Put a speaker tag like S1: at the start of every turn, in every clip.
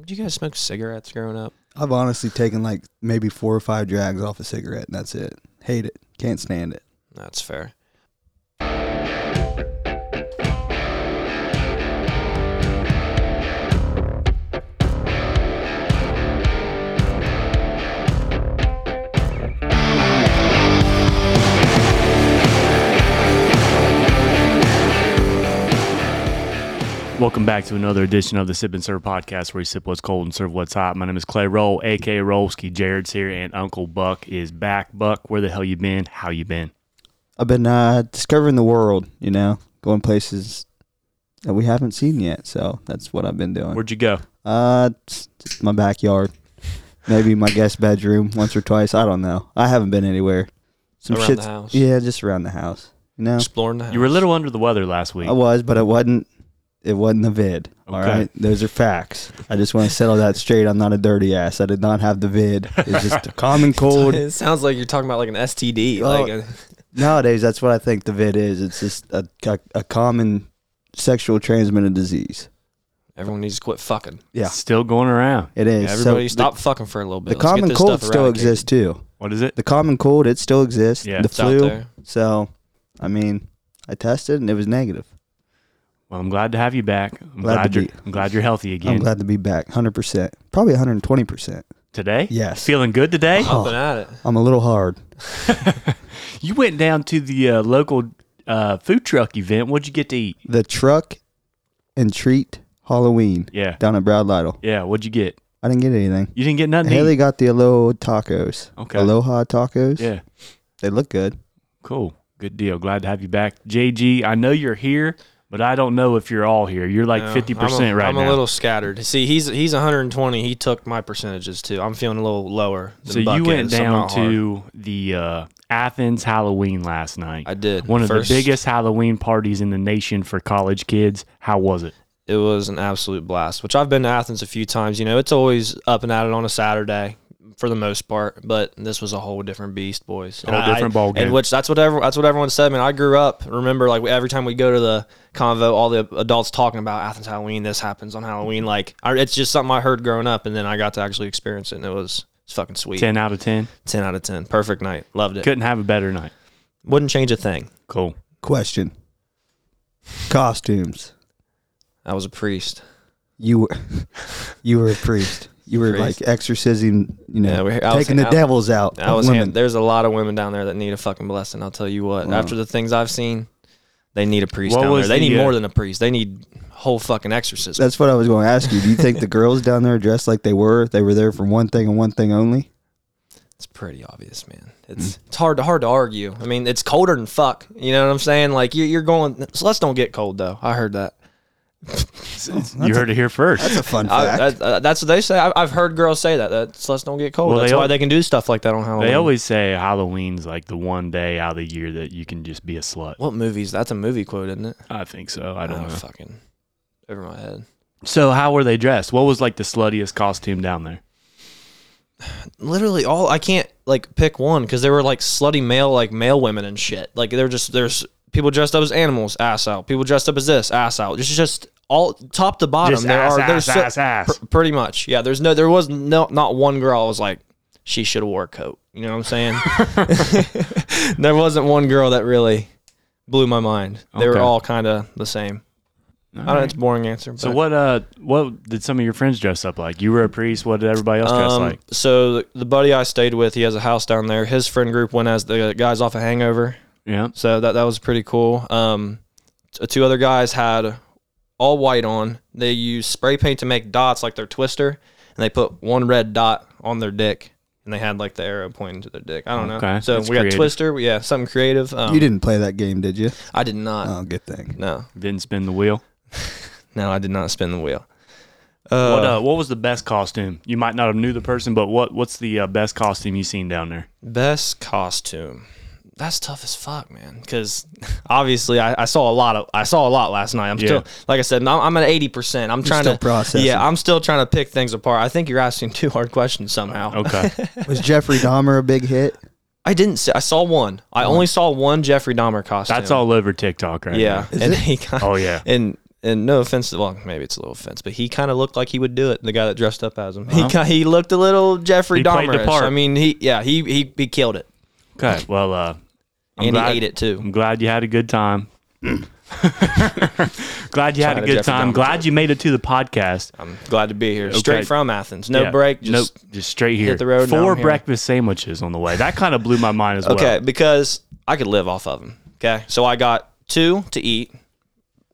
S1: Did you guys smoke cigarettes growing up?
S2: I've honestly taken like maybe four or five drags off a cigarette, and that's it. Hate it. Can't stand it.
S1: That's fair.
S3: Welcome back to another edition of the Sip and Serve podcast where we sip what's cold and serve what's hot. My name is Clay Roll, aka Rollski. Jared's here and Uncle Buck is back. Buck, where the hell you been? How you been?
S2: I've been uh, discovering the world, you know, going places that we haven't seen yet. So that's what I've been doing.
S3: Where'd you go?
S2: Uh, it's it's my backyard, maybe my guest bedroom once or twice. I don't know. I haven't been anywhere. Some
S1: Around
S2: shit's-
S1: the house?
S2: Yeah, just around the house. You know,
S1: Exploring the house.
S3: You were a little under the weather last week.
S2: I was, but it wasn't. It wasn't the vid. All
S3: Okay.
S2: right, those are facts. I just want to settle that straight. I'm not a dirty ass. I did not have the vid. It's just a common cold.
S1: It sounds like you're talking about like an STD.
S2: Well,
S1: like uh, a,
S2: Nowadays, that's what I think the vid is. It's just a, a, a common sexual transmitted disease.
S1: everyone needs to quit fucking.
S2: Yeah,
S3: Still going around.
S2: it is. So
S1: Everybody
S2: the-
S1: stop fucking for a little bit. Let's
S2: The
S1: get
S2: common
S1: this
S2: cold
S1: stuff
S2: still
S1: eradicated.
S2: exists too.
S3: What is it?
S2: The common cold it still exists.
S3: Yeah,
S2: the
S1: It's out
S2: flu.
S1: there.
S2: So, I mean, I tested and it was negative.
S3: Well, I'm glad to have you back. I'm
S2: Glad
S3: glad,
S2: to
S3: you're
S2: be-
S3: I'm glad you're healthy
S2: I'm
S3: again.
S2: glad to be back. Hundred percent. Probably 120 percent.
S3: Today?
S2: Yes.
S3: Feeling good today?
S1: Up and at it.
S2: I'm a little hard.
S3: You went down to the uh, local uh, food truck event. What'd you get to eat?
S2: The truck and treat Halloween
S3: Yeah.
S2: down at Broward Lytle.
S3: Yeah, what'd you get?
S2: I didn't get anything.
S3: You didn't get nothing. to
S2: Haley
S3: eat?
S2: got the Aloha tacos.
S3: Okay.
S2: Aloha tacos.
S3: Yeah.
S2: They look good.
S3: Cool. Good deal. Glad to have you back. JG, I know you're here, but I don't know if you're all here. You're like
S1: No,
S3: 50%
S1: Um, I'm a,
S3: right
S1: I'm
S3: now.
S1: a little scattered. See, he's he's 120. He took my percentages too. I'm feeling a little lower. Than
S3: so
S1: Buck
S3: you went
S1: is. I'm
S3: down
S1: not hard.
S3: to the uh, Athens Halloween last night.
S1: I did.
S3: One of
S1: First-
S3: the biggest Halloween parties in the nation for college kids. How was it?
S1: It was an absolute blast. Which I've been to Athens a few times. You know, it's always up and at it on a Saturday for the most part. But this was a whole different beast, boys.
S3: Whole different ball game.
S1: And which that's what every, that's what everyone said. Man, I grew up. Remember, like every time we go to the convo, all the adults talking about Athens Halloween. This happens on Halloween. Like I, it's just something I heard growing up, and then I got to actually experience it, and it was. It's fucking sweet. 10.
S3: 10 out of 10.
S1: out of 10. Perfect night. Loved it.
S3: Couldn't have a better night.
S1: Wouldn't change a thing.
S3: Cool.
S2: Question. Costumes.
S1: I was a priest.
S2: You were you were a priest. You were
S1: Priest.
S2: like exorcising, you know,
S1: Yeah, we- I was-
S2: taking the
S1: I-
S2: devils out.
S1: I
S2: of
S1: was
S2: women.
S1: hand, there's a lot of women down there that need a fucking blessing. I'll tell you what. After the things I've seen, they need a priest
S3: What
S1: down there.
S3: was
S1: They
S3: the,
S1: need
S3: uh,
S1: more than a priest. They need whole fucking exorcism.
S2: That's what I was going to ask you. Do you think the girls down there dressed like they were? They were there for one thing and one thing only.
S1: It's pretty obvious, man. It's
S2: Hmm.
S1: it's hard to hard to argue. I mean, it's colder than fuck. You know what I'm saying? Like you're, you're going. So let's don't get cold though. I heard that.
S3: you heard it here first.
S2: That's a fun
S1: I,
S2: fact.
S1: that- uh, that's what they say. I, I've heard girls say that. That's let's don't get cold.
S3: Well,
S1: that's
S3: they
S1: why
S3: al-
S1: they can do stuff like that on Halloween.
S3: They always say Halloween's like the one day out of the year that you can just be a slut.
S1: What movies? That's a movie quote, isn't it? Oh,
S3: I think so. I don't know.
S1: fucking over my head.
S3: So how were they dressed? What was like the sluttiest costume down there?
S1: literally all I can't like pick one because there were like slutty male like male women and shit. Like they're just there's people dressed up as animals, ass out. People dressed up as this, ass out. Just just all top to bottom.
S3: Just
S1: there
S3: ass,
S1: are there's
S3: ass,
S1: so-
S3: ass, ass.
S1: pr- pretty much. Yeah, there's no there was no not one girl I was like she should have wore a coat. You know what I'm saying? there wasn't one girl that really blew my mind. They were
S3: Okay.
S1: all kind of the same. I don't know. It's a boring answer.
S3: So
S1: but-
S3: what uh what did some of your friends dress up like? You were a priest. What did everybody else dress
S1: Um,
S3: like?
S1: So the, the buddy I stayed with, he has a house down there. His friend group went as the guys off a hangover.
S3: Yeah.
S1: So that that was pretty cool. Um, t- two other guys had all white on. They used spray paint to make dots like their twister, and they put one red dot on their dick, and they had like the arrow pointing to their dick. I don't know.
S3: Okay,
S1: So
S3: that's
S1: we got
S3: creative.
S1: twister. we- Yeah, something creative. Um,
S2: you didn't play that game, did you?
S1: I did not.
S2: Oh, good thing.
S1: no,
S3: Didn't spin the wheel.
S1: no, I did not spin the wheel. Uh,
S3: what uh what was the best costume? You might not have knew the person, but what what's the uh, best costume you seen down there?
S1: Best costume. That's tough as fuck, man. Because obviously, I, I saw a lot of I saw a lot last night. I'm still, like I said, I'm, I'm at eighty percent. I'm trying
S2: still
S1: to
S2: processing.
S1: Yeah, I'm still trying to pick things apart. I think you're asking two hard questions somehow.
S3: Okay.
S2: Was Jeffrey Dahmer a big hit?
S1: I didn't. See, I saw one. I only saw one Jeffrey Dahmer costume.
S3: That's all over TikTok right
S1: Yeah,
S3: now.
S1: and he got.
S3: Oh, yeah.
S1: and and no offense, well, maybe it's a little offense, but he kind of looked like he would do it. The guy that dressed up as him, he ki- he looked a little Jeffrey
S3: Uh-huh. He played the
S1: Dahmer.
S3: part.
S1: I mean, he yeah, he he he killed it,
S3: Okay. Well, uh, I'm
S1: and
S3: glad,
S1: he ate it too.
S3: I'm glad you had a good time. glad you had
S1: Trying
S3: a
S1: to
S3: good
S1: Jeffrey
S3: time.
S1: Dahmer
S3: Glad you made it to the podcast.
S1: I'm glad to be here, straight from Athens. No
S3: Yeah.
S1: break, just
S3: nope, just straight here.
S1: the road, now
S3: Four
S1: I'm here.
S3: breakfast sandwiches on the way. That kind of blew my mind as well.
S1: Okay, because I could live off of them. Okay, so I got two to eat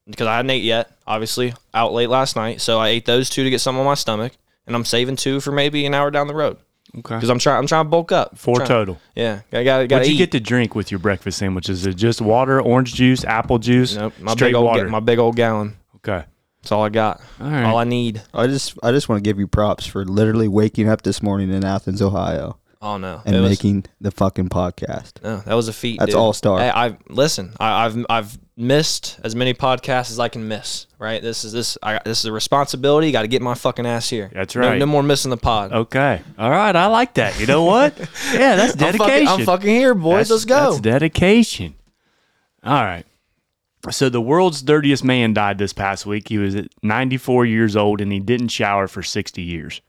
S1: because I hadn't ate yet. Obviously, out late last night, so I ate those two to get some on my stomach, and I'm saving two for maybe an hour down the road
S3: Okay.
S1: because I'm trying. I'm trying to bulk up.
S3: Four
S1: Trying-
S3: total.
S1: Yeah, I got got to
S3: What would
S1: eat.
S3: you get to drink with your breakfast sandwiches? Is it just water, orange juice, apple juice,
S1: nope, my
S3: straight
S1: big old
S3: water?
S1: my big old gallon.
S3: okay.
S1: That's all I got.
S3: All right.
S1: All I need.
S2: I just I just want to give you props for literally waking up this morning in Athens, Ohio,
S1: Oh no,
S2: and
S1: It was-
S2: making the fucking podcast.
S1: no, Oh, that was a feat.
S2: That's
S1: dude.
S2: all-star.
S1: Hey, I've listen. I, I've I've missed as many podcasts as I can miss. Right. This is this. I this is a responsibility. Got to get my fucking ass here.
S3: That's
S1: No-
S3: right. Oh,
S1: No, more missing the pod.
S3: Okay. All right. I like that. You know what? yeah, that's
S1: I'm fucking-
S3: dedication.
S1: I'm fucking, here, boys.
S3: That's-
S1: Let's go.
S3: That's dedication. All right. So the world's dirtiest man died this past week. He was at 94 years old and he didn't shower for 60 years.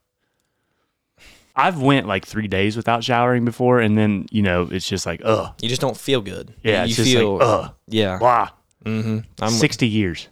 S3: I've went like three days without showering before, and then you know it's just like ugh,
S1: you just don't feel good.
S3: yeah,
S1: you
S3: it's just like oh, ugh,
S1: yeah.
S3: blah.
S1: I'm-
S3: 60 years.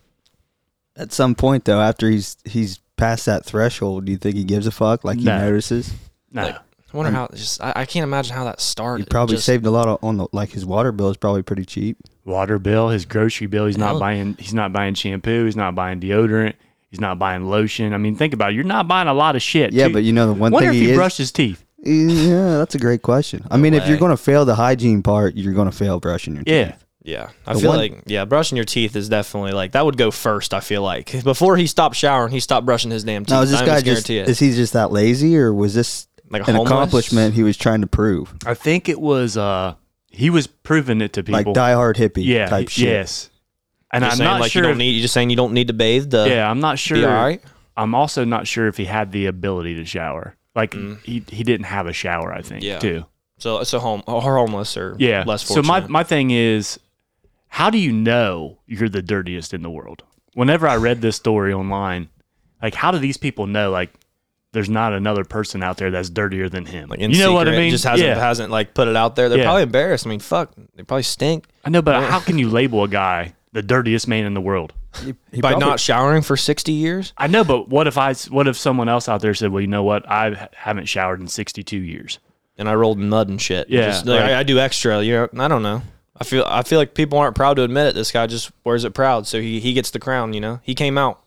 S2: At some point though, after he's he's past that threshold, do you think he gives a fuck? Like he
S3: No.
S2: notices?
S3: No,
S1: Like, I wonder how. Just I, I can't imagine how that started.
S2: He probably
S1: Just-
S2: saved a lot of, on the like his water bill is probably pretty cheap.
S3: water bill, his grocery bill. He's not
S1: Hell.
S3: buying. He's not buying shampoo. He's not buying deodorant. He's not buying lotion. I mean, think about it. You're not buying a lot of shit.
S2: Yeah,
S3: too.
S2: but you know the one
S3: wonder
S2: thing
S3: if
S2: he
S3: he
S2: is.
S3: brushed his teeth.
S2: yeah, that's a great question. I mean, if you're
S1: way.
S2: gonna fail the hygiene part, you're gonna fail brushing your
S3: Yeah,
S2: teeth.
S1: Yeah, I
S2: The
S1: feel
S2: one-
S1: like yeah, brushing your teeth is definitely like that would go first. I feel like before he stopped showering, he stopped brushing his damn teeth.
S2: Now is this
S1: I
S2: guy
S1: almost
S2: just
S1: guarantee
S2: is
S1: it.
S2: he just that lazy, or was this
S1: Like a
S2: an
S1: homeless?
S2: accomplishment he was trying to prove?
S3: I think it was. uh He was proving it to
S2: Like
S3: people.
S2: diehard hippie
S3: yeah.
S2: type
S3: y-
S2: shit.
S3: Yes. And
S1: You're
S3: I'm
S1: saying
S3: not
S1: like
S3: sure.
S1: you don't
S3: if-
S1: need. You just saying you don't need to bathe. To
S3: yeah, I'm not sure.
S1: be all right.
S3: I'm also not sure if he had the ability to shower. Like he he didn't have a shower. I think.
S1: Mm. Yeah.
S3: Too.
S1: So so home or homeless or
S3: Yeah.
S1: less
S3: so
S1: fortunate.
S3: my my thing is, how do you know you're the dirtiest in the world? Whenever I read this story online, like how do these people know? Like, there's not another person out there that's dirtier than him.
S1: like
S3: you
S1: in
S3: know what I
S1: secret,
S3: mean?
S1: Just hasn't
S3: yeah.
S1: hasn't like put it out there. They're
S3: Yeah.
S1: probably embarrassed. I mean, fuck, they probably stink
S3: I know, but how can you label a guy the dirtiest man in the world?
S1: by
S2: probably-
S1: not showering for sixty years.
S3: I know, but what if I? What if someone else out there said, "Well, you know what? I ha- haven't showered in 62 years."
S1: And I rolled in mud and shit.
S3: Yeah,
S1: Just, like,
S3: like-
S1: I, I do extra. You know, I don't know. I feel I feel like people aren't proud to admit it. This guy just wears it proud, so he he gets the crown. You know, he came out.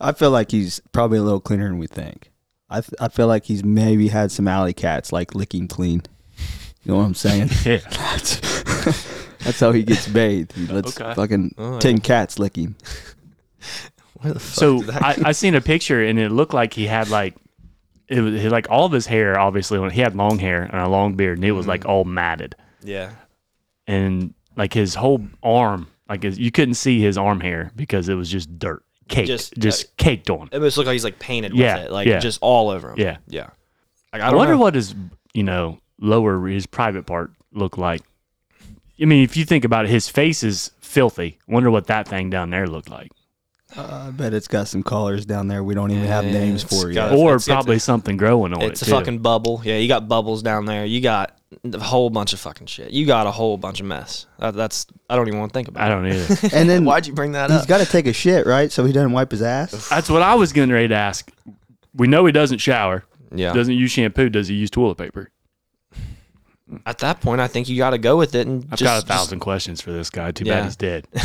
S2: I feel like he's probably a little cleaner than we think. I th- I feel like he's maybe had some alley cats like licking clean. You know what I'm saying?
S3: Yeah.
S2: That's how he gets bathed. He lets
S3: Okay.
S2: fucking
S1: Oh,
S2: ten cats lick him.
S3: So I, I seen a picture and it looked like he had like it was he- like all of his hair. Obviously, when he had long hair and a long beard, and it was like
S1: Mm-hmm.
S3: all matted
S1: Yeah.
S3: and like his whole arm, like his, you couldn't see his arm hair because it was just dirt caked, just,
S1: Just- uh,
S3: caked on.
S1: It must look like he's like painted
S3: Yeah,
S1: with it, like
S3: yeah.
S1: just all over him.
S3: Yeah.
S1: yeah. Like, I,
S3: I,
S1: don't
S3: wonder
S1: know.
S3: what his you know lower his private part looked like. I mean, if you think about it, his face is filthy. Wonder what that thing down there looked like,
S2: I bet it's got some collars down there we don't even have
S1: Yeah,
S2: names
S1: it's
S2: for
S1: got
S2: yet.
S1: That's-
S3: or
S1: it's- it's-
S3: probably something growing on
S1: It's
S3: it.
S1: a
S3: too.
S1: fucking bubble. Yeah, you got bubbles down there. You got a whole bunch of fucking shit. You got a whole bunch of mess. That, that's I don't even want to think about.
S3: I don't either.
S2: And then
S1: Why'd you bring that
S2: he's
S1: up?
S2: got to take a shit, right? So he doesn't wipe his ass.
S3: That's what I was getting ready to ask. We know he doesn't shower,
S1: yeah.
S3: doesn't use shampoo, does he use toilet paper?
S1: At that point, I think you got to go with it and
S3: I've
S1: just,
S3: got a
S1: just-
S3: thousand questions for this guy. Too bad
S1: Yeah.
S3: he's dead.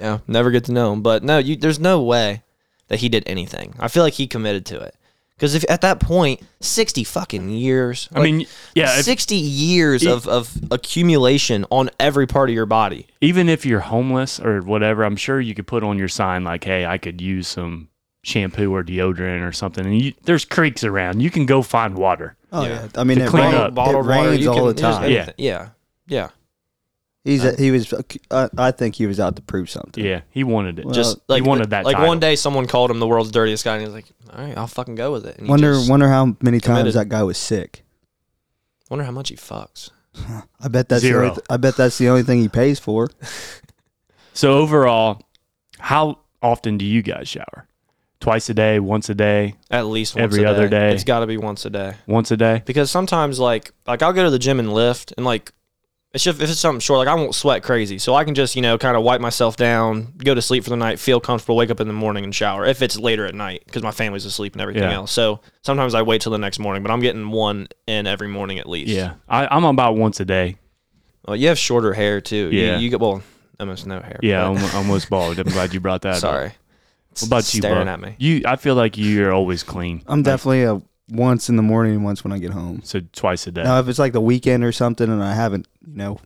S1: yeah, never get to know him. But no, you, there's no way that he did anything. I feel like he committed to it because if at that point, sixty fucking years.
S3: I mean, yeah, if-
S1: 60 years of, of accumulation on every part of your body.
S3: even if you're homeless or whatever, I'm sure you could put on your sign like, "Hey, I could use some shampoo or deodorant or something." And you, there's creeks around; you can go find water.
S2: Oh
S1: Yeah.
S2: yeah, I mean
S3: To
S2: it,
S3: clean
S2: rain,
S3: up.
S2: it
S1: Bottled water,
S2: rains
S1: you
S2: all
S1: can-
S2: the
S1: there's
S2: time.
S3: Yeah.
S1: anything. Yeah. Yeah.
S2: He's a, he was. I, I think he was out to prove something.
S3: Yeah, he wanted it.
S2: Well,
S1: Just
S2: He
S1: like
S3: wanted that
S1: Like
S3: title.
S1: one day, someone called him the world's dirtiest guy, and he's like, "All right, I'll fucking go with it." And he
S2: Wonder
S1: just-
S2: wonder how many times
S1: committed.
S2: that guy was sick.
S1: wonder how much he fucks.
S2: I bet that's
S3: Zero.
S2: The only th- I bet that's the only thing he pays for.
S3: so overall, How often do you guys shower? Twice a day, once a day,
S1: At least once
S3: Every
S1: a
S3: other day.
S1: It's got to be once a day
S3: once a day?
S1: because sometimes like like I'll go to the gym and lift and like it's just if it's something short like I won't sweat crazy so I can just you know kind of wipe myself down go to sleep for the night feel comfortable wake up in the morning and shower if it's later at night because my family's asleep and everything
S3: Yeah.
S1: else so sometimes I wait till the next morning but I'm getting one in every morning at least
S3: Yeah. I, I'm about once a day.
S1: well, you have shorter hair too You-
S3: Yeah.
S1: you, get well almost no hair
S3: Yeah,
S1: but-
S3: almost, almost bald. I'm glad you brought that up.
S1: sorry
S3: What about you,
S1: staring
S3: Buck?
S1: at me Uh,
S3: You, I feel like you're always clean.
S2: I'm definitely a once in the morning and once when I get home.
S3: So twice a day.
S2: Now, if it's like the weekend or something, and I haven't, you know,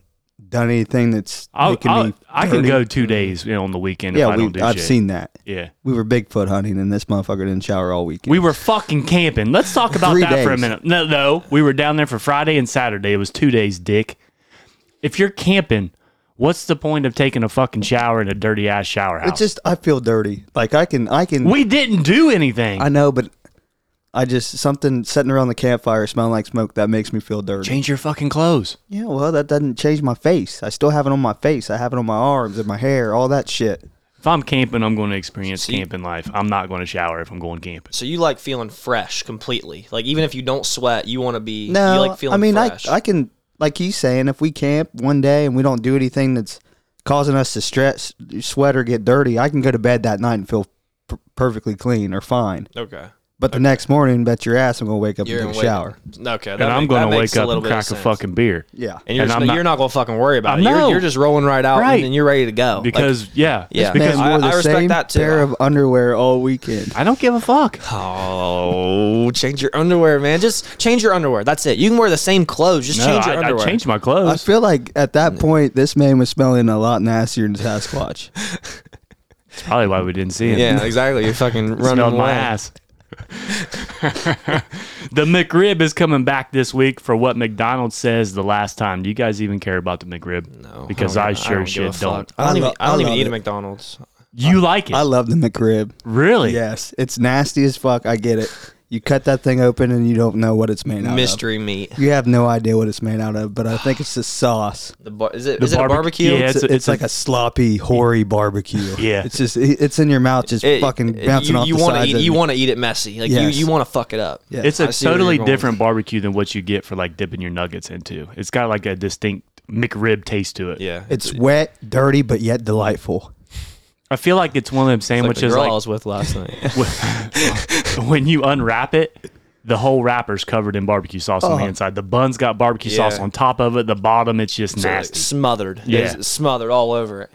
S2: done anything that's
S3: I'll,
S2: making
S3: I'll-
S2: me,
S3: I can
S2: dirty.
S3: go two days you know, on the weekend if
S2: yeah,
S3: I don't
S2: we,
S3: do
S2: I've
S3: shit.
S2: seen that.
S3: Yeah.
S2: We were Bigfoot hunting, and this motherfucker didn't shower all weekend.
S3: We were fucking camping. Let's talk about
S2: Three
S3: that for a
S2: days.
S3: minute. No, no. We were down there for Friday and Saturday. It was two days, dick. If you're camping, what's the point of taking a fucking shower in a dirty ass shower house?
S2: it's just I feel dirty. Like I can, I can.
S3: we didn't do anything.
S2: I know, but I just something sitting around the campfire smelling like smoke that makes me feel dirty.
S3: Change your fucking clothes.
S2: Yeah, well, that doesn't change my face. I still have it on my face. I have it on my arms and my hair, all that shit.
S3: If I'm camping, I'm going to experience
S1: See-
S3: camping life. I'm not going to shower if I'm going camping.
S1: so you like feeling fresh completely like even if you don't sweat you want to be
S2: No,
S1: you like feeling
S2: I mean,
S1: fresh.
S2: I I can like he's saying, if we camp one day and we don't do anything that's causing us to stress, sweat, or get dirty, I can go to bed that night and feel per- perfectly clean or fine.
S1: okay
S2: But the next morning, bet your ass I'm gonna wake up
S1: You're
S2: and
S1: in
S2: take a
S1: wake-
S2: shower.
S1: Okay, that
S3: And I'm
S1: make-
S3: going
S1: that
S3: to
S1: makes
S3: wake up
S1: little
S3: and
S1: bit of
S3: crack a
S1: sense.
S3: fucking beer.
S2: Yeah,
S1: And you're,
S3: and
S1: just,
S3: I'm
S1: you're not gonna fucking worry about
S3: I
S1: it. You're,
S3: know.
S1: you're just rolling right out,
S3: Right.
S1: and then you're ready to go. Like,
S3: Because, yeah.
S1: Yeah.
S3: It's because
S1: Man, I- I respect that too.
S2: pair of underwear all weekend.
S3: I don't give a fuck.
S1: oh, change your underwear, man. Just change your underwear. That's it. You can wear the same clothes. Just
S3: No,
S1: change your
S3: I, I
S1: underwear.
S3: changed my
S2: I
S3: clothes.
S2: feel like at
S1: Mm.
S2: that point, this man was smelling a lot nastier than Sasquatch.
S3: That's probably why we didn't see him.
S1: yeah, exactly. You're fucking running
S3: smelled
S1: away.
S3: my ass. the McRib is coming back this week for what McDonald's says the last time. Do you guys even care about the McRib?
S1: No,
S3: Because
S1: don't-
S3: I sure
S1: don't give
S3: shit
S1: a fuck.
S3: don't.
S1: I don't
S2: I
S1: even.
S2: lo-
S1: I don't
S2: I
S1: even
S2: love
S1: eat
S2: it.
S1: at McDonald's.
S3: You like it,
S2: I love the McRib.
S3: really?
S2: Yes, it's nasty as fuck. I get it. You cut that thing open and you don't know what it's made out
S1: Mystery meat.
S2: of. You have no idea what it's made out of, but I think it's the sauce.
S1: The bar, is it?
S3: The
S1: Is it a barbecue?
S3: barbecue- yeah,
S2: It's,
S3: It's a- it's
S2: it's like a, sloppy, hoary barbecue.
S3: Yeah.
S2: it's just it- it's in your mouth, just
S1: It-
S2: fucking
S1: it-
S2: bouncing
S1: you,
S2: off
S1: you
S2: the
S1: wanna
S2: sides.
S1: eat,
S2: of
S1: You
S2: you.
S1: want to eat it messy. Like you.
S2: Yes.
S1: You want to fuck it up.
S2: Yeah.
S3: It's a
S1: I see where you're
S3: totally
S1: going with
S3: different barbecue than what you get for like dipping your nuggets into. It's got like a distinct McRib taste to it.
S1: Yeah.
S2: It's wet, dirty, but yet delightful.
S3: I feel like it's one of them
S1: like the
S3: sandwiches
S1: girl
S3: like,
S1: I was with last night.
S3: when- when you unwrap it, the whole wrapper's covered in barbecue sauce on the
S2: Oh.
S3: inside. The bun's got barbecue
S1: Yeah.
S3: sauce on top of it. The bottom, it's just
S1: So, like,
S3: nasty.
S1: smothered.
S3: Yeah.
S1: Yeah, smothered all over it.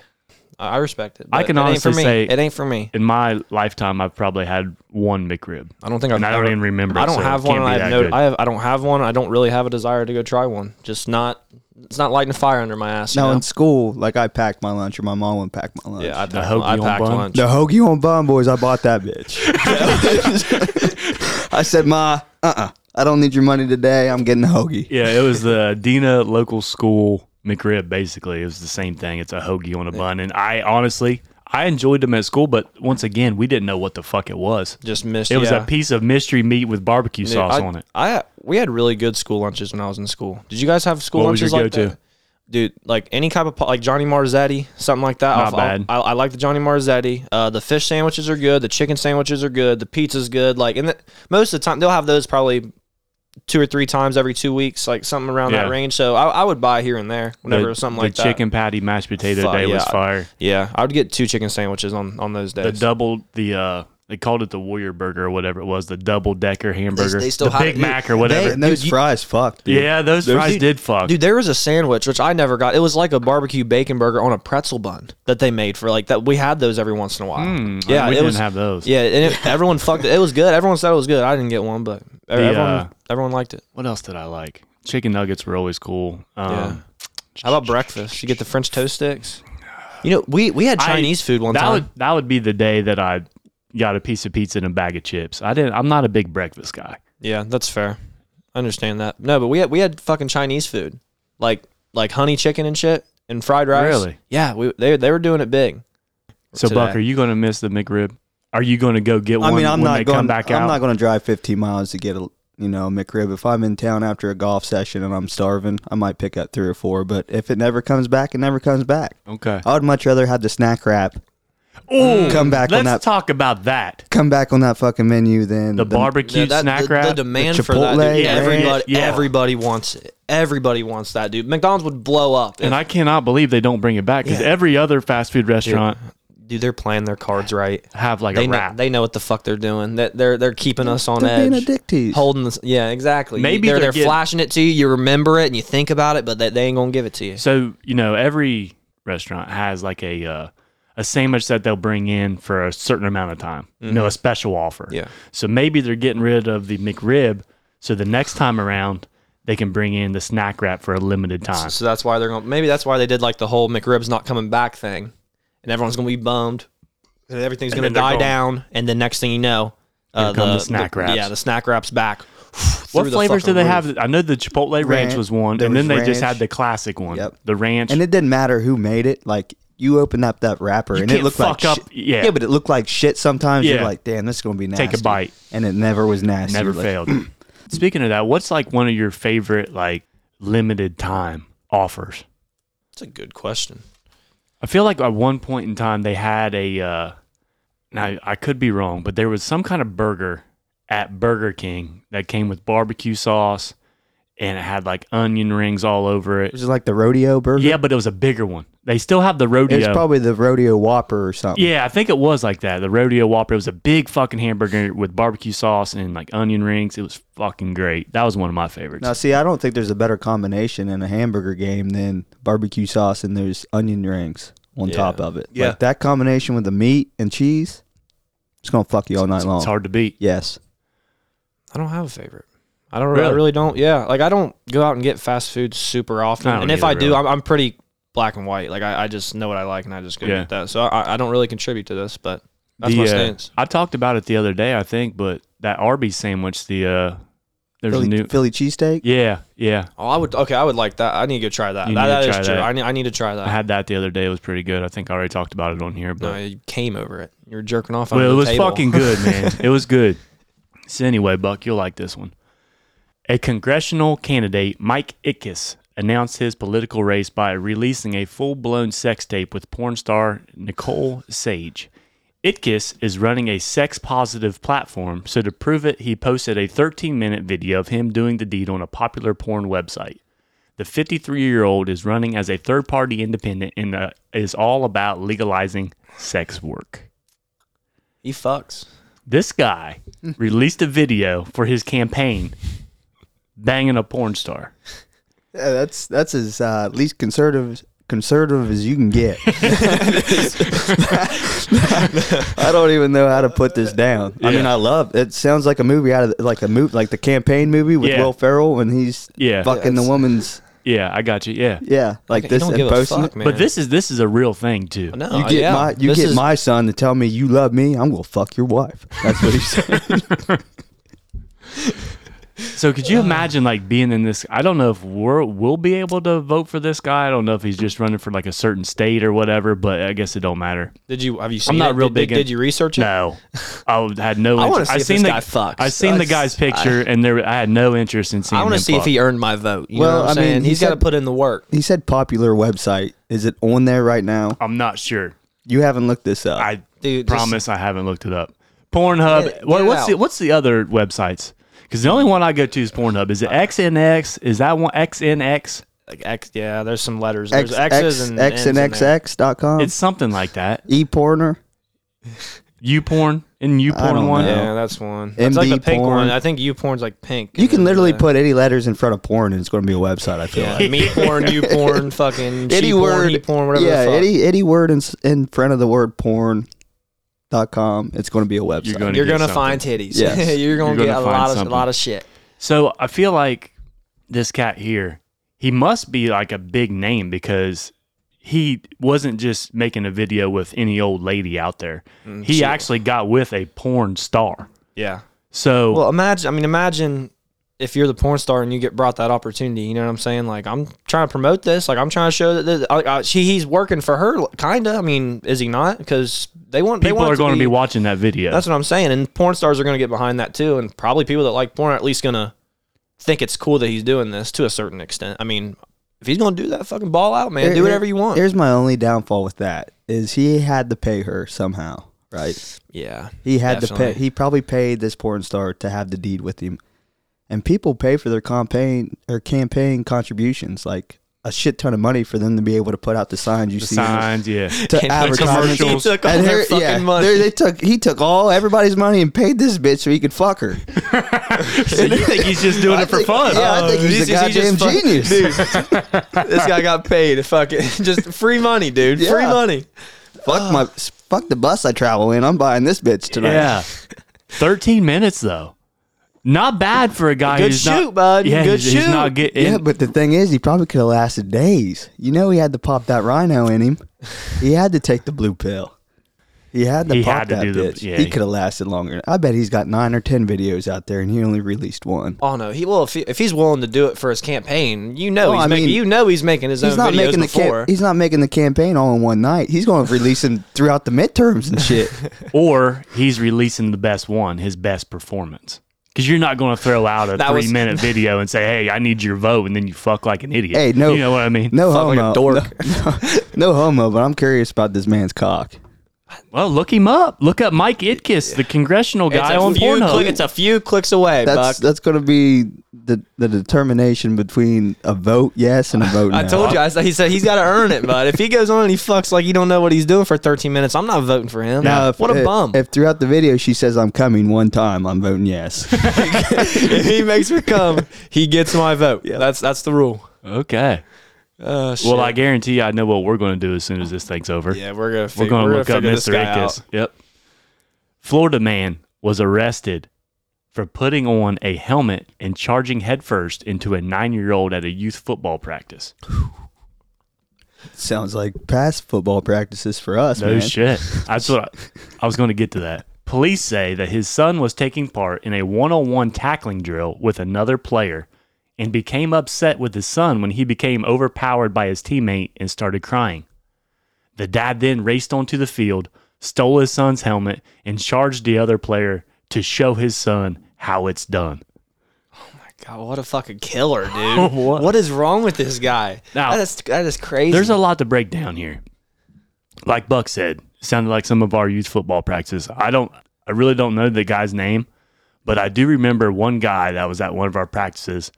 S1: I I respect it.
S3: I
S1: but
S3: can
S1: it ain't
S3: honestly
S1: for me.
S3: say-
S1: it ain't for me.
S3: in my lifetime, I've probably had one McRib.
S1: I don't think I've
S3: And I don't
S1: ever-
S3: even remember
S1: I
S3: it,
S1: don't
S3: so
S1: have
S3: it
S1: one.
S3: can't
S1: and I
S3: be
S1: have
S3: that
S1: no.
S3: good.
S1: I have. I don't have one. I don't really have a desire to go try one. Just not. It's not lighting a fire under my ass. You
S2: Now
S1: know?
S2: in school, like I packed my lunch, or my mom would pack my lunch.
S1: yeah, I packed,
S3: hoagie
S1: I
S3: on
S1: packed
S3: bun.
S1: lunch.
S2: The hoagie on bun, boys. I bought that bitch. I said, Ma, uh, uh I don't need your money today. I'm getting a hoagie.
S3: Yeah, it was the Dina local school McRib. Basically, it was the same thing. It's a hoagie on a bun, and I honestly, I enjoyed them at school, but once again, we didn't know what the fuck it was.
S1: Just missed.
S3: It was
S1: yeah.
S3: a piece of mystery meat with barbecue
S1: Dude,
S3: sauce
S1: I,
S3: on it.
S1: I we had really good school lunches when I was in school. Did you guys have school
S3: What was
S1: lunches
S3: your
S1: like
S3: go-to?
S1: that? Dude, like any type of po- like Johnny Marzetti, something like that.
S3: Not
S1: I'll- I'll-
S3: bad.
S1: I, I like the Johnny Marzetti. Uh, the fish sandwiches are good. The chicken sandwiches are good. The pizza's good. Like, and the, most of the time they'll have those probably two or three times every two weeks, like something around
S3: Yeah.
S1: that range. So I, I would buy here and there whenever it
S3: the,
S1: was something
S3: the
S1: like that.
S3: chicken patty mashed potato
S1: Fuck,
S3: day was
S1: yeah.
S3: fire.
S1: Yeah, I would get two chicken sandwiches on on those
S3: The
S1: days.
S3: double the uh they called it the warrior burger or whatever it was, the double decker hamburger.
S1: they still
S3: the
S1: have
S3: Big
S1: it.
S3: Mac or whatever.
S2: and those fries, fucked. dude.
S3: yeah, those fries did fuck.
S1: Dude, there was a sandwich which I never got. It was like a barbecue bacon burger on a pretzel bun that they made for like that. We had those every once in a while. yeah,
S3: Mm, Hmm, we
S1: it
S3: didn't
S1: was.
S3: have those.
S1: yeah, and it, everyone fucked it. It was good. Everyone said it was good. I didn't get one, but everyone
S3: uh,
S1: everyone liked it.
S3: What else did I like? Chicken nuggets were always cool. Um,
S1: Yeah. How about breakfast? You get the French toast sticks. You know, we we had
S3: I-
S1: Chinese food one
S3: that
S1: time.
S3: Would, that would be the day that I got a piece of pizza and a bag of chips. I didn't. I'm not a big breakfast guy.
S1: yeah, that's fair. I understand that. No, but we had we had fucking Chinese food, like like honey chicken and shit and fried rice.
S3: Really?
S1: Yeah, we they they were doing it big.
S3: So
S1: today.
S3: Buck, are you going to miss the McRib? Are you going to go get
S2: I
S3: one
S2: mean, I'm
S3: when
S2: not
S3: they
S2: going.
S3: come back
S2: I'm
S3: out?
S2: not going to drive 15 miles to get a you know a McRib. If I'm in town after a golf session and I'm starving, I might pick up three or four. But if it never comes back, it never comes back.
S3: okay.
S2: I would much rather have the snack wrap
S3: Ooh,
S2: Come back on
S3: Mm. Let's
S2: that.
S3: talk about that.
S2: come back on that fucking menu then.
S3: The barbecue
S1: Yeah, that-
S3: snack
S1: the,
S3: wrap.
S1: the demand for that.
S2: Chipotle,
S1: Dude,
S2: Yeah,
S1: everybody,
S3: yeah.
S1: everybody wants it. Everybody wants that, dude. McDonald's would blow up.
S3: and I cannot believe they don't bring it back because every other fast food restaurant
S1: dude, they're playing their cards right.
S3: have like
S1: They
S3: a
S1: know,
S3: wrap.
S1: they know what the fuck they're doing. That they're they're keeping us on
S2: They're
S1: edge.
S2: being a dick to you.
S1: Holding this, yeah, exactly.
S3: Maybe
S1: they're,
S3: they're
S1: they're
S3: getting-
S1: flashing it to you. You remember it and you think about it, but they, they ain't gonna give it to you.
S3: so you know every restaurant has like a uh, a sandwich that they'll bring in for a certain amount of time. You know, a special offer.
S1: Mm-hmm. Yeah.
S3: So maybe they're getting rid of the McRib, so the next time around they can bring in the snack wrap for a limited time.
S1: So that's why they're going. to Maybe that's why they did like the whole McRib's not coming back thing, and everyone's gonna be bummed, and everything's gonna
S3: then they're
S1: die
S3: gone.
S1: down, and then next thing you know, uh,
S3: come the snack wraps.
S1: Yeah, the snack wraps back.
S3: What
S1: Through the
S3: flavors do
S1: fucking
S3: they
S1: roof.
S3: have? I know the Chipotle ranch,
S2: Ranch.
S3: was one,
S2: There
S3: and then they
S2: was
S3: just
S2: ranch.
S3: had the classic one,
S2: Yep.
S3: the ranch.
S2: and it didn't matter who made it. Like you opened up that wrapper and
S3: can't
S2: it looked
S3: fuck
S2: like
S3: up-
S2: shit.
S3: yeah.
S2: but it looked like shit. Sometimes
S3: Yeah.
S2: you're like, damn, this is gonna be nasty.
S3: a bite.
S2: and it never was nasty.
S3: never
S2: Like,
S3: failed. Speaking of that, what's like one of your favorite like limited time offers?
S1: That's a good question.
S3: I feel like at one point in time they had a uh now I could be wrong, but there was some kind of burger at Burger King that came with barbecue sauce and it had like onion rings all over
S2: It
S3: it.
S2: was like the rodeo burger.
S3: Yeah, but it was a bigger one. They still have the rodeo.
S2: it was probably the rodeo whopper or something.
S3: yeah, I think it was like that. The rodeo whopper. It was a big fucking hamburger with barbecue sauce and like onion rings. It was fucking great. That was one of my favorites.
S2: Now, see, I don't think there's a better combination in a hamburger game than barbecue sauce and there's onion rings on top of it.
S1: Yeah.
S2: Like that combination with the meat and cheese, it's gonna fuck you all night long.
S3: It's hard to beat.
S2: Yes.
S1: I don't have a favorite. I don't. I
S3: Really?
S1: really don't. Yeah, like I don't go out and get fast food super often.
S3: I don't
S1: And if
S3: either,
S1: I do,
S3: really.
S1: I'm, I'm pretty black and white. Like I, I just know what I like and I just go
S3: Yeah.
S1: get that. So I, I don't really contribute to this, but that's my
S3: The, uh,
S1: stance.
S3: I talked about it the other day, I think, but that Arby's sandwich, the uh, there's
S2: Philly,
S3: a new,
S2: Philly cheesesteak.
S3: yeah, yeah.
S1: Oh, I would. Okay, I would like that. I need to go try that.
S3: You
S1: That-
S3: need to
S1: that is
S3: try
S1: true.
S3: that.
S1: I need. I need to try that.
S3: I had that the other day. It was pretty good. I think I already talked about it on here,
S1: no,
S3: but
S1: you came over it. You were jerking off. under
S3: well, it
S1: the
S3: was
S1: table.
S3: fucking good, man. it was good. So anyway, Buck, you'll like this one. A congressional candidate, Mike Ickes, announced his political race by releasing a full-blown sex tape with porn star Nicole Sage. Itkis is running a sex positive platform, so to prove it, he posted a 13 minute video of him doing the deed on a popular porn website. The 53 year old is running as a third party independent and uh, is all about legalizing sex work.
S1: He fucks.
S3: This guy released a video for his campaign banging a porn star.
S2: Yeah, that's that's as uh, least conservative conservative as you can get. I don't even know how to put this down. I mean,
S3: Yeah.
S2: I love it. Sounds like a movie out of like a movie, like the campaign movie with
S3: Yeah.
S2: Will Ferrell when he's
S3: Yeah.
S2: fucking the woman's
S3: Yeah, I got you. Yeah.
S2: yeah, like
S1: He
S2: this
S1: don't
S2: and
S1: give a
S2: posting
S1: fuck,
S2: it.
S1: man.
S3: But this is this is a real thing too.
S1: no,
S2: You get
S1: Uh, yeah.
S2: my you
S1: This
S2: get
S1: is-
S2: my son to tell me you love me. I'm gonna fuck your wife. That's what he said.
S3: So could you imagine like being in this? I don't know if we're, we'll be able to vote for this guy. I don't know if he's just running for like a certain state or whatever. But I guess it don't matter.
S1: Did you have you seen?
S3: not
S1: it?
S3: real
S1: did,
S3: big
S1: Did,
S3: in-
S1: did you research it?
S3: No, I had no.
S1: I wanna
S3: interest.
S1: see if
S3: seen
S1: this
S3: the,
S1: guy fucks.
S3: I seen the
S1: That's-
S3: guy's picture, and there I had no interest in seeing.
S1: I want
S3: him
S1: to see
S3: fuck.
S1: if he earned my vote. You
S2: Well,
S1: know what I'm
S2: I mean,
S1: saying?
S2: he
S1: he's got to
S2: said-
S1: put in the work.
S2: he said popular website. Is it on there right now?
S3: I'm not sure.
S2: You haven't looked this up.
S3: I
S1: Dude, just-
S3: promise I haven't looked it up. Pornhub.
S1: Get it-
S3: what,
S1: get it
S3: what's
S1: out.
S3: the what's the other websites? Because the only one I go to is Pornhub.
S1: Uh,
S3: Is it XNX? Is that one XNX?
S1: Like X, yeah. There's some letters. There's
S2: X,
S1: X's and
S2: X and
S1: N's in there.
S2: XX dot
S1: um,
S2: com.
S3: It's something like that.
S2: ePorner.
S3: YouPorn and
S2: I
S3: YouPorn
S2: don't
S3: one.
S2: know.
S1: Yeah, that's one. It's like
S2: MD
S1: the pink
S2: porn.
S1: one. I think you porn's like pink.
S2: You
S1: and
S2: can
S1: then
S2: literally
S1: the-
S2: put any letters in front of porn, and it's going to be a website. I feel like
S1: yeah, me porn, you porn, fucking
S2: any
S1: she
S2: word,
S1: porn, he porn, whatever.
S2: yeah,
S1: the fuck.
S2: any any word in s- in front of the word porn. dot com. It's going to be a website.
S3: You're going
S1: You're gonna
S3: to
S1: find titties.
S2: Yes.
S1: you're gonna
S3: You're gonna
S1: get a
S3: find
S1: lot of
S3: something.
S1: a lot of shit.
S3: So I feel like this cat here, he must be like a big name because he wasn't just making a video with any old lady out there.
S1: Mm,
S3: he actually got with a porn star.
S1: Yeah.
S3: So
S1: Well, imagine. I mean, imagine if you're the porn star and you get brought that opportunity. You know what I'm saying? Like, I'm trying to promote this. Like, I'm trying to show that this, I, I, she he's working for her. Kind of. I mean, is he not? Because they want they
S3: people
S1: want it
S3: are going to be,
S1: be.
S3: watching that video.
S1: That's what I'm saying. And porn stars are going to get behind that too. And probably people that like porn are at least going to think it's cool that he's doing this to a certain extent. I mean, If he's gonna do that, fucking ball out, man.
S2: Here-
S1: do whatever
S2: here-
S1: you want.
S2: Here's my only downfall with that is he had to pay her somehow, right?
S1: Yeah,
S2: He had to pay.
S1: definitely.
S2: He probably paid this porn star to have the deed with him, and people pay for their campaign or campaign contributions like a shit ton of money for them to be able to put out the signs you
S3: The
S2: see
S3: signs, yeah.
S2: to
S1: Can't put
S2: advertisements.
S1: commercials. He took all
S2: And
S1: their
S2: here-
S1: fucking
S2: yeah,
S1: money.
S2: there- They took he took all everybody's money and paid this bitch so he could fuck her.
S3: so you think he's just doing
S2: I
S3: it for
S2: think-
S3: fun?
S2: Yeah, I think he's a
S1: Oh, This is- he just
S2: goddamn
S1: fuck-
S2: genius.
S1: Dude, this guy got paid. to Fucking just free money, dude. Free
S2: Yeah.
S1: money.
S2: Fuck my fuck the bus I travel in. I'm buying this bitch tonight.
S3: Yeah. 13 minutes, though. Not bad for a guy
S1: Good
S3: who's
S1: shoot,
S3: not,
S1: bud.
S3: Yeah,
S1: Good
S3: he's, he's
S1: shoot.
S3: not getting.
S2: Yeah, but the thing is, he probably could have lasted days. You know, he had to pop that rhino in him. He had to take the blue pill. He had to
S3: He
S2: pop
S3: had to
S2: that
S3: do the-
S2: bitch.
S3: yeah,
S2: he
S3: he-
S2: could have lasted longer. I bet he's got nine or ten videos out there, and he only released one.
S1: Oh no, he will if, he, if he's willing to do it for his campaign. You know,
S2: Well,
S1: he's
S2: I
S1: making,
S2: mean,
S1: you know he's making his
S2: He's
S1: own
S2: not
S1: videos
S2: making the
S1: before.
S2: cam- he's not making the campaign all in one night. He's going to release them throughout the midterms and shit.
S3: Or he's releasing the best one, his best performance. Because you're not going to throw out a
S1: That
S3: three
S1: was-
S3: minute video and say, hey, I need your vote. And then you fuck like an idiot.
S2: Hey, no,
S3: You know what I mean?
S2: No
S1: Fuck like a
S2: homo,
S1: dork.
S2: No, no homo. But I'm curious about this man's cock.
S3: Well, look him up. Look up Mike Itkiss, the congressional guy
S1: it's, a
S3: on
S1: few
S3: Pornhub.
S1: click- it's a few clicks away,
S2: That's
S1: Buck.
S2: that's going to be the the determination between a vote yes and a vote no.
S1: I told you. I said he said he's got to earn it, but if he goes on and he fucks like you don't know what he's doing for 13 minutes, I'm not voting for him.
S2: Now,
S1: what a
S2: Uh, if,
S1: bum!
S2: If throughout the video she says I'm coming one time, I'm voting yes.
S1: if he makes me come, he gets my vote. That's that's the rule.
S3: okay.
S1: Uh, shit.
S3: Well, I guarantee you, I know what we're going to do as soon as this thing's over.
S1: yeah, we're gonna fig-
S3: We're going to look up
S1: figure this
S3: Mr.
S1: guy out.
S3: Itkiss. Yep. Florida man was arrested for putting on a helmet and charging headfirst into a nine year old at a youth football practice.
S2: Sounds like past football practices for us,
S3: No
S2: man.
S3: shit. That's what I, I was going to get to that. Police say that his son was taking part in a one on one tackling drill with another player and became upset with his son when he became overpowered by his teammate and started crying. The dad then raced onto the field, stole his son's helmet, and charged the other player to show his son how it's done.
S1: God, what a fucking killer, dude!
S3: What?
S1: what is wrong with this guy?
S3: Now-
S1: that is that is crazy.
S3: There's a lot to break down here. Like Buck said, sounded like some of our youth football practices. I don't, I really don't know the guy's name, but I do remember one guy that was at one of our practices.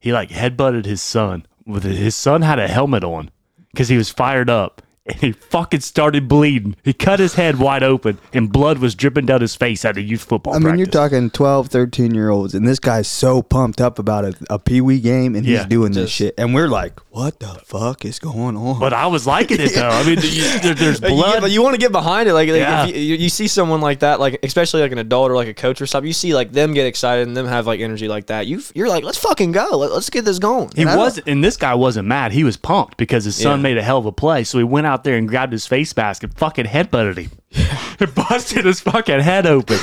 S3: He like headbutted his son with his son had a helmet on because he was fired up and he fucking started bleeding. He cut his head wide open and blood was dripping down his face at a youth football
S2: I mean,
S3: practice.
S2: you're talking 12, 13 year olds, and this guy's so pumped up about a, a pee wee game, and
S3: Yeah,
S2: he's doing this shit, and we're like, "What the fuck is going on?"
S3: but I was liking it though. I mean, you- there- there's
S1: But you-
S3: blood.
S1: but you want to get behind it. Like, like,
S3: Yeah.
S1: if you, you see someone like that, like especially like an adult or like a coach or something, you see like them get excited and them have like energy like that. You you're like, let's fucking go. Let, us get this going.
S3: He
S1: And I don't-
S3: wasn't, and this guy wasn't mad. He was pumped because his son
S1: Yeah.
S3: made a hell of a play. So he went out there and grabbed his face mask and fucking headbutted him. and busted his fucking head open.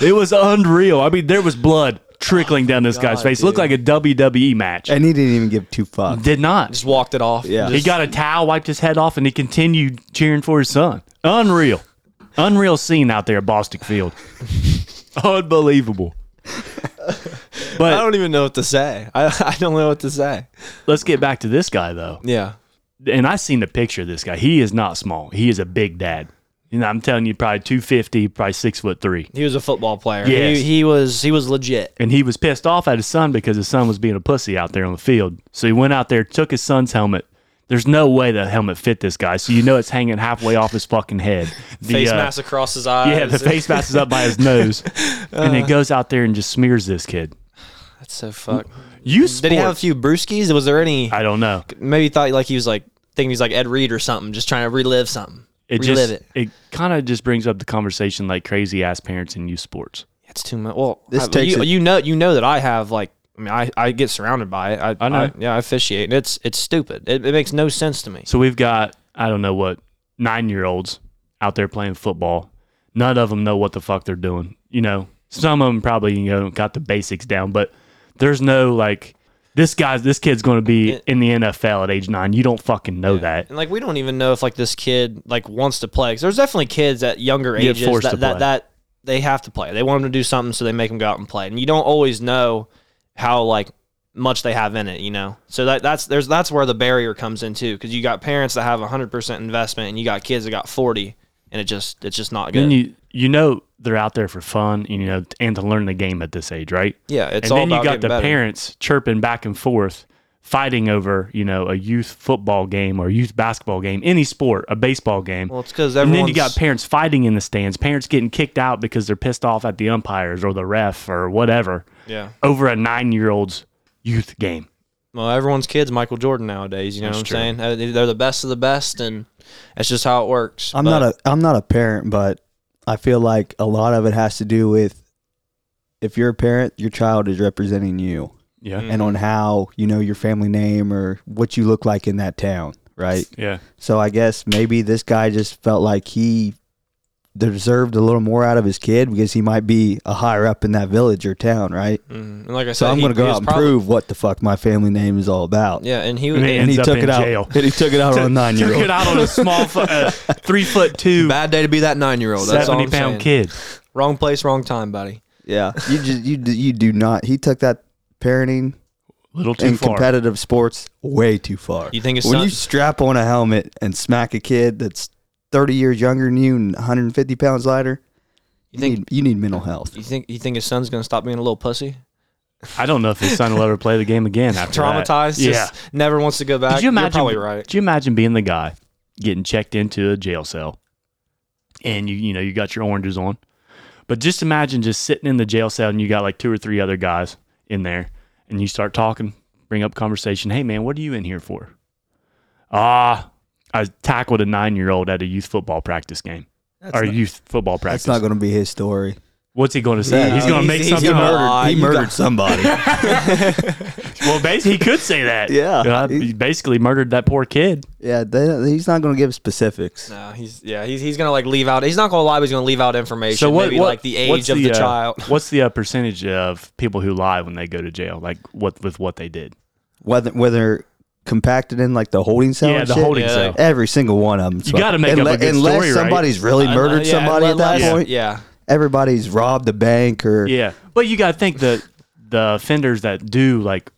S3: It was unreal. I mean, there was blood trickling down
S1: Oh,
S3: this guy's face. Looked like a WWE match.
S2: and he didn't even give two fucks.
S3: Did not.
S1: just walked it off.
S2: Yeah.
S3: He got a towel, wiped his head off, and he continued cheering for his son. Unreal. Unreal scene out there at Bostic Field. Unbelievable. But
S1: I don't even know what to say. I I don't know what to say.
S3: let's get back to this guy, though.
S1: Yeah.
S3: and I seen the picture of this guy. He is not small. He is a big dad. You know, I'm telling you, probably two fifty, probably six foot three.
S1: He was a football player.
S3: Yes.
S1: He, he was he was legit.
S3: And he was pissed off at his son because his son was being a pussy out there on the field. So he went out there, took his son's helmet. There's no way the helmet fit this guy, so you know it's hanging halfway off his fucking head. The,
S1: Face
S3: uh,
S1: mask across his Uh. eyes.
S3: Yeah, the face mask is up by his nose, and he goes out there and just smears this kid.
S1: That's so fuck.
S3: You
S1: Did
S3: sports?
S1: he have a few brewskis? Was there any?
S3: I don't know.
S1: maybe he thought like he was like thinking he's like Ed Reed or something, just trying to relive something.
S3: It
S1: relive
S3: just
S1: it.
S3: it, kind of just brings up the conversation like crazy ass parents in youth sports.
S1: It's too much. Well,
S2: This
S1: I-
S2: takes
S1: you,
S2: a-
S1: you know you know that I have like I mean I, I get surrounded by it. I,
S3: I know.
S1: yeah, I officiate. And it's it's stupid. It, it makes no sense to me.
S3: So we've got I don't know what nine year olds out there playing football. None of them know what the fuck they're doing. You know, some of them probably you know got the basics down, but there's no like this guy's this kid's going to be in the NFL at age nine. You don't fucking know that.
S1: And like we don't even know if like this kid like wants to play. 'Cause there's definitely kids at younger ages
S3: forced
S1: that,
S3: to play.
S1: that that they have to play. They want them to do something, so they make them go out and play. And you don't always know how like much they have in it, you know. So that that's there's that's where the barrier comes in too, because you got parents that have hundred percent investment, and you got kids that got forty, and it just it's just not good.
S3: Then you you know they're out there for fun and you know and to learn the game at this age, right?
S1: yeah, it's
S3: and
S1: all
S3: then
S1: about
S3: you got
S1: getting
S3: the
S1: better.
S3: parents chirping back and forth, fighting over you know a youth football game or a youth basketball game, any sport, a baseball game.
S1: Well, it's because
S3: and
S1: everyone's
S3: then you got parents fighting in the stands, parents getting kicked out because they're pissed off at the umpires or the ref or whatever
S1: yeah.
S3: over a nine year old's youth game.
S1: Well, everyone's kids Michael Jordan nowadays. You know
S3: That's
S1: what
S3: true.
S1: I'm saying? Uh, they- They're the best of the best, and that's just how it works.
S2: I'm
S1: But
S2: not a I'm not a parent, but I feel like a lot of it has to do with if you're a parent, your child is representing you
S3: Yeah.
S1: Mm.
S2: and on how you know your family name or what you look like in that town, right?
S3: Yeah.
S2: So I guess maybe this guy just felt like he deserved a little more out of his kid because he might be a higher up in that village or town, right?
S1: Mhm. And like I said,
S2: So I'm
S1: he-
S2: gonna go
S1: he was
S2: out and
S1: probably-
S2: prove what the fuck my family name is all about.
S1: Yeah, and he was
S3: Man.
S2: And
S3: Ends
S2: he
S3: up
S2: took
S3: in
S2: it out.
S3: jail.
S2: And he took it out on a nine year
S3: Took it
S2: old.
S3: out on a small, fo- uh, three foot two,
S1: bad day to be that nine year old. That's all
S3: seventy
S1: I'm saying.
S3: pound kid.
S1: Wrong place, wrong time, buddy.
S2: Yeah, you just you do- you do not. He took that parenting
S3: Little too
S2: in
S3: far.
S2: competitive sports way too far.
S1: You think it's
S2: when
S1: not-
S2: you strap on a helmet and smack a kid that's 30 years younger than you and 150 pounds lighter, you,
S1: think-
S2: need, you need mental health.
S1: You think you think his son's gonna stop being a little pussy?
S3: I don't know if his son will ever play the game again after that.
S1: Traumatized,
S3: Yeah.
S1: just never wants to go back.
S3: Could you imagine?
S1: are probably right.
S3: Could you imagine being the guy getting checked into a jail cell, and you you know you got your oranges on, but just imagine just sitting in the jail cell and you got like two or three other guys in there, and you start talking, bring up conversation. Hey man, what are you in here for? Ah, I tackled a nine year old at a youth football practice game. or youth football practice.
S2: That's not going to be his story.
S3: What's he going to say? he's going to make something
S2: he
S3: up.
S2: murdered,
S1: up.
S2: he
S1: You
S2: murdered
S1: got-
S2: somebody.
S3: Well, basically, he could say that.
S2: Yeah.
S3: he basically murdered that poor kid.
S2: yeah, they, he's not going to give specifics.
S1: No, he's yeah, he's, he's gonna like leave out. He's not gonna lie, but he's gonna leave out information.
S3: So what?
S1: maybe
S3: what-
S1: like the age
S3: what's
S1: of the
S3: uh,
S1: child.
S3: What's the uh, percentage of people who lie when they go to jail? Like what with what they did?
S2: Whether whether compacted in like the holding cell.
S3: yeah,
S2: and
S3: the
S2: shit,
S3: holding
S1: Yeah,
S3: cell.
S1: like-
S2: Every single one of them.
S3: You gotta make up a
S2: unless,
S3: good
S2: unless
S3: story, right?
S2: somebody's really murdered
S1: Uh, Yeah,
S2: somebody at that
S1: unless-
S2: point.
S1: Yeah,
S2: Everybody's robbed a bank or
S3: yeah, but you got to think that the offenders that do like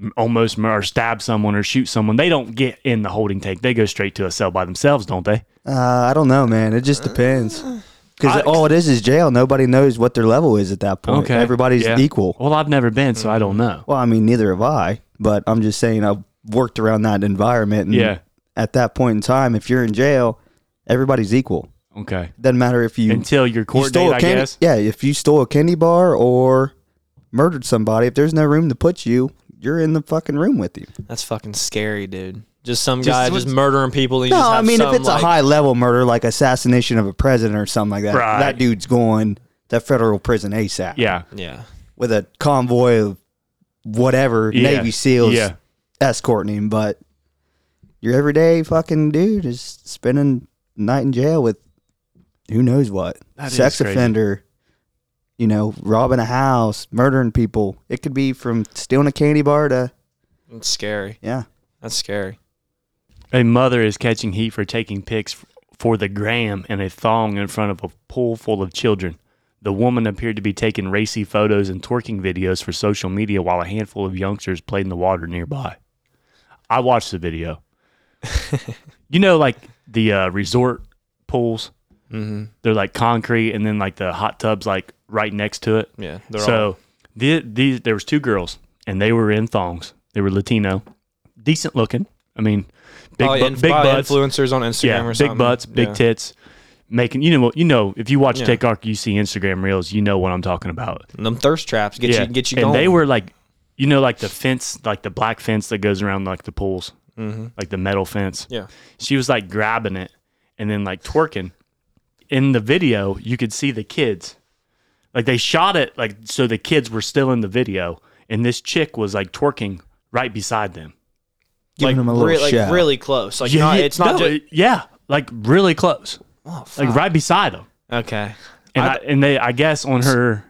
S3: m- almost mur- or stab someone or shoot someone, they don't get in the holding tank. They go straight to a cell by themselves, don't they?
S2: Uh, I don't know, man. It just depends.
S3: I-
S2: Because all it is is jail. Nobody knows what their level is at that point. Everybody's
S3: Yeah.
S2: equal.
S3: Well, I've never been, so I don't know.
S2: Well, I mean, neither have I. But I'm just saying, I've worked around that environment. And
S3: Yeah.
S2: At that point in time, if you're in jail, everybody's equal.
S3: Okay,
S2: Doesn't matter if you,
S3: until your
S2: you
S3: court date,
S2: a
S3: I
S2: candy.
S3: guess.
S2: Yeah, if you stole a candy bar or murdered somebody, if there's no room to put you, you're in the fucking room with you.
S1: that's fucking scary, dude. Just some
S3: Just
S1: guy
S3: what-
S1: just murdering people. And you
S2: No,
S1: just
S2: I
S1: have
S2: mean, if
S1: some,
S2: it's
S1: like-
S2: a high level murder, like assassination of a president or something like that,
S3: Right.
S2: that dude's going to federal prison ASAP.
S3: Yeah,
S1: yeah,
S2: With a convoy of whatever,
S3: Yeah.
S2: Navy SEALs
S3: Yeah.
S2: escorting him. But your everyday fucking dude is spending night in jail with who knows what
S3: That is
S2: sex
S3: crazy.
S2: offender, you know, robbing a house, murdering people. It could be from stealing a candy bar to,
S1: it's scary.
S2: yeah.
S1: That's scary.
S3: A mother is catching heat for taking pics f- for the gram in a thong in front of a pool full of children. The woman appeared to be taking racy photos and twerking videos for social media while a handful of youngsters played in the water nearby. I watched the video. you know, like the uh, resort pools,
S1: Mm-hmm.
S3: they're like concrete, and then like the hot tubs, like right next to it
S1: Yeah, they're all,
S3: so the, these there was two girls and they were in thongs. They were Latino, decent looking. I mean, big
S1: probably
S3: bu-
S1: Oh, inf-
S3: big
S1: probably
S3: butts,
S1: influencers on Instagram
S3: yeah,
S1: or something.
S3: big butts, big
S1: Yeah.
S3: tits. Making you know what you know if you watch
S1: Yeah.
S3: Tech Arc, you see Instagram reels, you know what I'm talking about.
S1: And them thirst traps get you get you
S3: and
S1: going.
S3: they were like, you know, like the fence, like the black fence that goes around like the pools,
S1: Mhm.
S3: like the metal fence.
S1: yeah.
S3: She was like grabbing it and then like twerking. In the video, you could see the kids. Like they shot it like so the kids were still in the video and this chick was like twerking right beside them.
S2: Giving
S1: like,
S2: him a little
S1: re- like
S2: shout.
S1: really close. Like not, it's not
S3: no,
S1: just
S3: it- yeah, like really close.
S1: oh,
S3: Like
S1: fuck.
S3: right beside them.
S1: okay.
S3: And I, and they I guess on her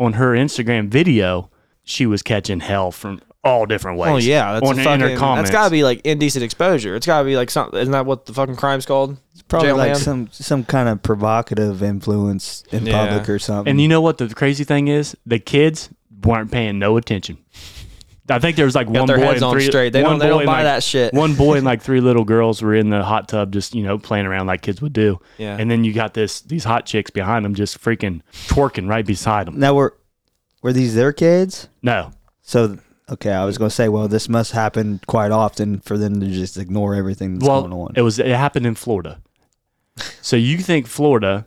S3: on her Instagram video, she was catching hell from all different ways.
S1: Oh yeah, that's
S3: on
S1: a
S3: in her
S1: fucking,
S3: comments.
S1: That's gotta be like indecent exposure. It's gotta be like something. Isn't that what the fucking crime's called? It's
S2: Probably like some some kind of provocative influence in
S1: Yeah.
S2: public or something.
S3: And you know what the crazy thing is? The kids weren't paying no attention. I think there was like
S1: Got
S3: one
S1: their
S3: boy
S1: heads
S3: and
S1: on
S3: three.
S1: straight. They
S3: one
S1: don't- they
S3: boy
S1: don't
S3: and,
S1: buy
S3: like-
S1: that shit.
S3: One boy and like three little girls were in the hot tub, just you know playing around like kids would do.
S1: Yeah.
S3: And then you got this these hot chicks behind them, just freaking twerking right beside them.
S2: Now were were these their kids?
S3: No,
S2: So okay, I was gonna say, well, this must happen quite often for them to just ignore everything that's
S3: well,
S2: going on.
S3: it was it happened in Florida. so you think Florida,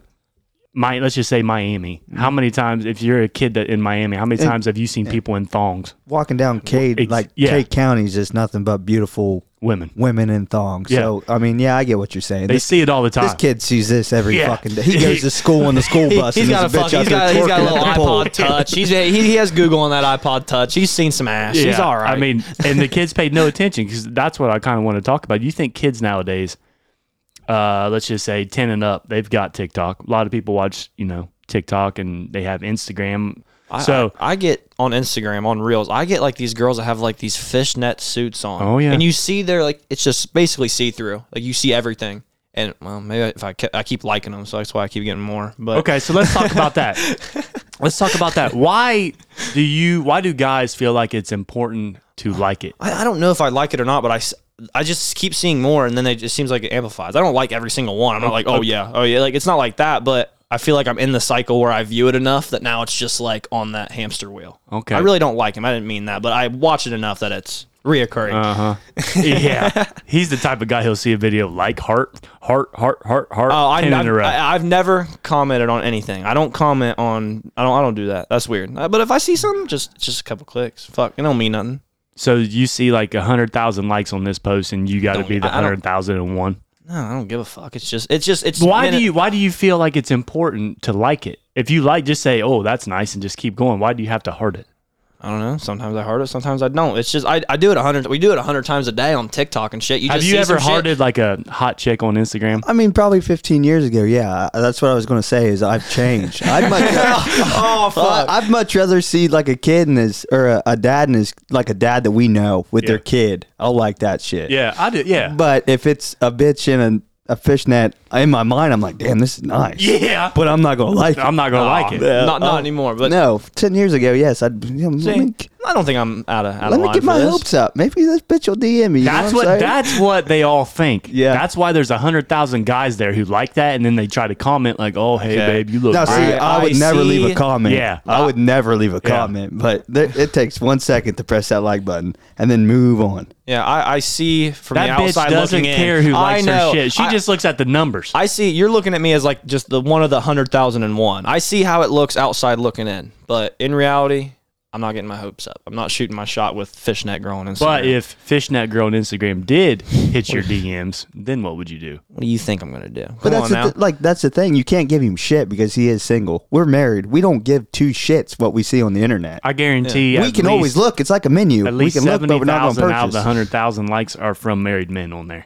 S3: my let's just say Miami. How many times, if you're a kid that in Miami, how many times have you seen people in thongs,
S2: Walking down Cade,
S3: ex-
S2: like
S3: yeah.
S2: Cade County, is just nothing but beautiful
S3: women?
S2: women in thongs. So I mean, yeah, I get what you're saying.
S3: They
S2: This,
S3: see it all the time.
S2: this kid sees this every
S3: Yeah.
S2: fucking day. He goes to school on the school bus.
S1: He's
S2: and
S1: got a fuck,
S2: there's bitch out
S1: he's got he's
S2: there
S1: got a
S2: twerking
S1: little
S2: at the pole.
S1: iPod Touch. He's he, he has Google on that iPod Touch. He's seen some ass. He's
S3: Yeah,
S1: all right.
S3: I mean, and the kids paid no attention because that's what I kind of want to talk about. You think kids nowadays, uh, let's just say 10 and up, they've got TikTok. A lot of people watch, you know, TikTok and they have Instagram.
S1: I-
S3: so,
S1: I, I get on Instagram on Reels. I get like these girls that have like these fishnet suits on.
S3: Oh, yeah.
S1: and you see they're like it's just basically see through. Like you see everything. And well, maybe if I ke- I keep liking them, so that's why I keep getting more. But
S3: okay, so let's talk about that. let's talk about that. Why do you, why do guys feel like it's important to like it?
S1: I, I don't know if I like it or not, but I, s- I just keep seeing more, and then they, it seems like it amplifies. I don't like every single one. I'm not like, oh yeah, oh yeah, like it's not like that, but I feel like I'm in the cycle where I view it enough that now it's just like on that hamster wheel.
S3: Okay.
S1: I really don't like him. I didn't mean that, but I watch it enough that it's reoccurring.
S3: yeah. He's the type of guy who'll see a video like heart, heart, heart, heart, heart,
S1: Oh, I,
S3: 10
S1: I've,
S3: in a row.
S1: I, I've never commented on anything. I don't comment on. I don't. I don't do that. That's weird. Uh, But if I see something, just just a couple clicks. Fuck, it don't mean nothing.
S3: so you see like 100,000 likes on this post and you got to
S1: Don't-
S3: be the
S1: I- I don't-
S3: 100,001.
S1: No, I don't give a fuck. It's just. It's just. It's.
S3: why
S1: minute-
S3: do you why do you feel like it's important to like it if you like just say oh that's nice and just keep going why do you have to hurt it
S1: I don't know. Sometimes I heart it. Sometimes I don't. It's just I, I do it a hundred. We do it a hundred times a day on TikTok and shit. You
S3: have
S1: just
S3: you
S1: see
S3: ever
S1: some shit.
S3: hearted like a hot chick on instagram
S2: I mean, probably 15 years ago. Yeah, I- that's what I was going to say. Is I've changed. I'd much, oh, fuck. I'd much rather see like a kid and his or a, a dad and his like a dad that we know with
S3: Yeah.
S2: their kid. I'll like that shit.
S3: yeah i did yeah
S2: But if it's a bitch in a, a fishnet, in my mind, I'm like, damn, this is nice.
S3: yeah
S2: But I'm not gonna like it.
S3: i'm not gonna like it
S2: man.
S1: Not not
S2: Oh.
S1: anymore. But
S2: no, 10 years ago, yes. I'd, you know, let me,
S1: I don't think I'm out of out
S2: let
S1: of
S2: me
S1: line
S2: get
S1: for
S2: my
S1: this.
S2: hopes up. Maybe this bitch will DM me. you know
S3: that's
S2: I'm
S3: what
S2: saying?
S3: that's what they all think
S2: Yeah.
S3: that's why there's a hundred thousand guys there who like that and then they try to comment like oh hey
S1: Okay.
S3: babe you look
S2: Now, see,
S3: great.
S1: Alright,
S2: I, would
S1: I
S2: never leave a
S1: see.
S2: comment.
S3: Yeah.
S2: I would never leave a
S3: Yeah.
S2: comment, but there, it takes one second to press that like button and then move on.
S1: Yeah, I, I see from
S3: that
S1: the
S3: bitch
S1: outside
S3: doesn't
S1: looking in.
S3: care who likes
S1: I
S3: her
S1: know.
S3: shit she
S1: I-
S3: just looks at the numbers
S1: I see you're looking at me as like just the one of the hundred thousand and one. I see how it looks outside looking in, but in reality, I'm not getting my hopes up. I'm not shooting my shot with fishnet girl on Instagram.
S3: but if fishnet girl on instagram did hit your dms then what would you do
S1: what do you think I'm gonna do? Come
S2: But that's
S1: on
S2: the
S1: now.
S2: th- like that's the thing. You can't give him shit because he is single. We're married. We don't give two shits what we see on the internet.
S3: i guarantee
S2: we
S3: at
S2: can
S3: least-
S2: always look. It's like a menu.
S3: At least
S2: we can look, but
S3: seventy
S2: we're not
S3: thousand
S2: going
S3: out
S2: to
S3: of the
S2: purchase.
S3: hundred thousand likes are from married men on there.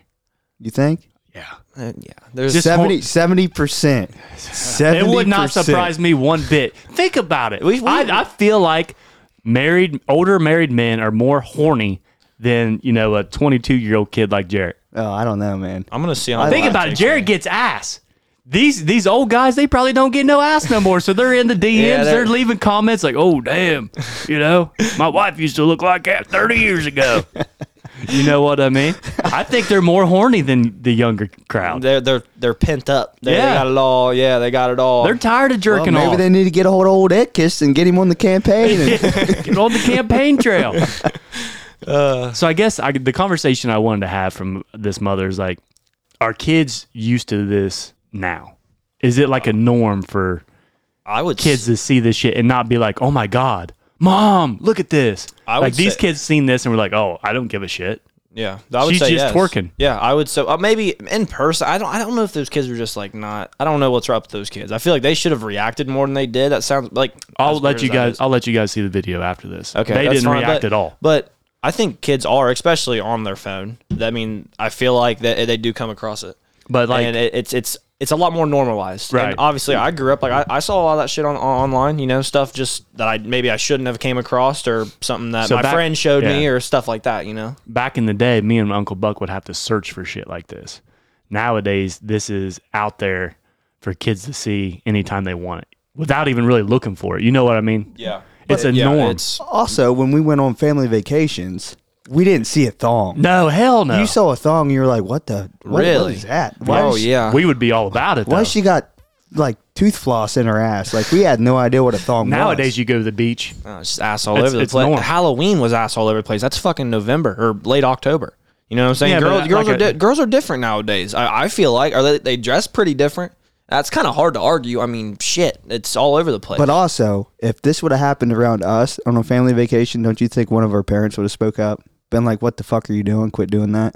S2: You think?
S3: Yeah,
S1: Uh, yeah, there's
S3: Just- whole-
S2: 70 percent.
S3: it
S2: Seventy.
S3: would not surprise me one bit. Think about it.
S1: We- we-
S3: I, I feel like married, older married men are more horny than you know a twenty-two year old kid like Jarrett.
S2: Oh, I don't know, man.
S1: I'm gonna see. How
S3: Think
S1: that
S3: about it.
S1: takes
S3: Jarrett gets ass. These these old guys, they probably don't get no ass no more. So they're in the DMs.
S1: Yeah,
S3: they're,
S1: they're-
S3: leaving comments like, "Oh damn, you know, my wife used to look like that thirty years ago." you know what I mean? I think they're more horny than the younger crowd.
S1: They're they're they're pent up. They,
S3: Yeah.
S1: they got it all. Yeah, they got it all.
S3: They're tired of
S2: Well,
S3: jerking
S2: maybe
S3: off.
S2: they need to get a hold of old Edkiss and get him on the campaign. And,
S3: Get on the campaign trail. so I guess I, the conversation I wanted to have from this mother is like, are kids used to this now? Is it like a norm for
S1: I would
S3: kids to see this shit and not be like, oh my god, mom, look at this?
S1: I
S3: like
S1: would
S3: these
S1: say-
S3: kids seen this and were like, oh, I don't give a shit.
S1: Yeah, I would
S3: She's
S1: say
S3: just
S1: yes.
S3: twerking.
S1: Yeah, I would say uh, maybe in person. I don't. I don't know if those kids were just like not. I don't know what's up with those kids. I feel like they should have reacted more than they did. That sounds like
S3: I'll
S1: as weird
S3: let you
S1: as that
S3: guys.
S1: is.
S3: I'll let you guys see the video after this.
S1: Okay,
S3: they
S1: that's
S3: didn't
S1: fine,
S3: react
S1: but-
S3: at all.
S1: But I think kids are, especially on their phone. I mean, I feel like that they do come across it.
S3: But like,
S1: and it, it's it's it's a lot more normalized.
S3: Right.
S1: And obviously, I grew up like I, I saw a lot of that shit on, on online. You know, stuff just that I maybe I shouldn't have came across or something that
S3: So
S1: my
S3: back-
S1: friend showed me
S3: yeah.
S1: or stuff like that. You know.
S3: back in the day, me and my Uncle Buck would have to search for shit like this. Nowadays, this is out there for kids to see anytime they want it without even really looking for it. You know what I mean?
S1: Yeah.
S3: It's a
S1: yeah,
S3: norm.
S1: it's
S2: Also, when we went on family vacations, we didn't see a thong.
S3: no, hell no.
S2: You saw a thong, you were like, "What the? What,
S1: Really?
S2: What is that? Why
S1: oh
S2: is-
S1: yeah.
S3: we would be all about it.
S2: Why
S3: Though.
S2: she got like tooth floss in her ass? Like we had no idea what a thong
S3: Nowadays,
S2: was.
S3: you go to the beach.
S1: Uh, it's just ass all
S3: It's-
S1: over the
S3: it's
S1: place.
S3: normal.
S1: Halloween was ass all over the place. That's fucking November or late October. You know what I'm saying?
S3: Yeah, but
S1: girls,
S3: that-
S1: girls
S3: like
S1: are di-
S3: a-
S1: girls are different nowadays. I, I feel like, or they, they dress pretty different. That's kind of hard to argue. I mean, shit, it's all over the place.
S2: But also, if this would have happened around us on a family vacation, don't you think one of our parents would have spoke up, been like, "What the fuck are you doing? Quit doing that."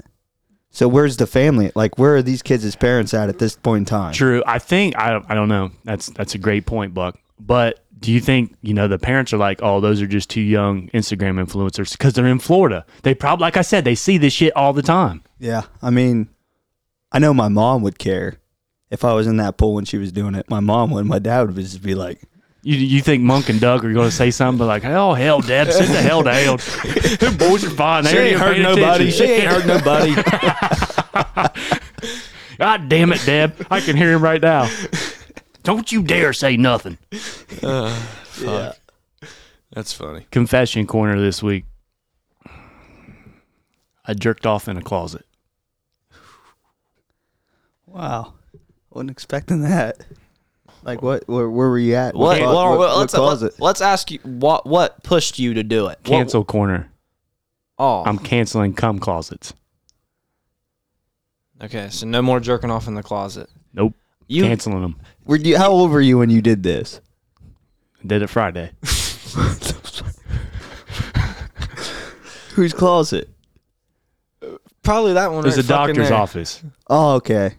S2: So where's the family? Like, where are these kids' parents at at this point in time?
S3: True. I think I I don't know. That's that's a great point, Buck. But do you think you know the parents are like, oh, those are just two young Instagram influencers because they're in Florida. They probably, like I said, they see this shit all the time.
S2: Yeah, I mean, I know my mom would care if I was in that pool when she was doing it. My mom would. My dad would just be like,
S3: You, you think Monk and Doug are going to say something but like, oh hell, Dad, sit the hell down. Them boys are fine. They ain't paying attention.
S1: ain't hurt nobody.
S3: God damn it, Deb. I can hear him right now. Don't you dare say nothing.
S1: That's funny.
S3: Confession corner this week. I jerked off in a closet.
S2: "Wow, wasn't expecting that." Like, what? Where, where were you at?
S1: What?
S2: What,
S1: well,
S2: what,
S1: well,
S2: what
S1: let's, uh,
S2: caused it?
S1: let, us ask you what what pushed you to do it. What-
S3: Cancel corner.
S1: oh,
S3: I'm canceling cum closets.
S1: okay. So no more jerking off in the closet.
S3: Nope.
S1: You
S3: canceling them.
S2: Were you, how old were you when you did this?
S3: Did it Friday.
S2: Whose closet?
S1: probably that one.
S3: It was the
S1: right fucking
S3: doctor's
S1: there. Uh,
S3: office.
S2: Oh, okay.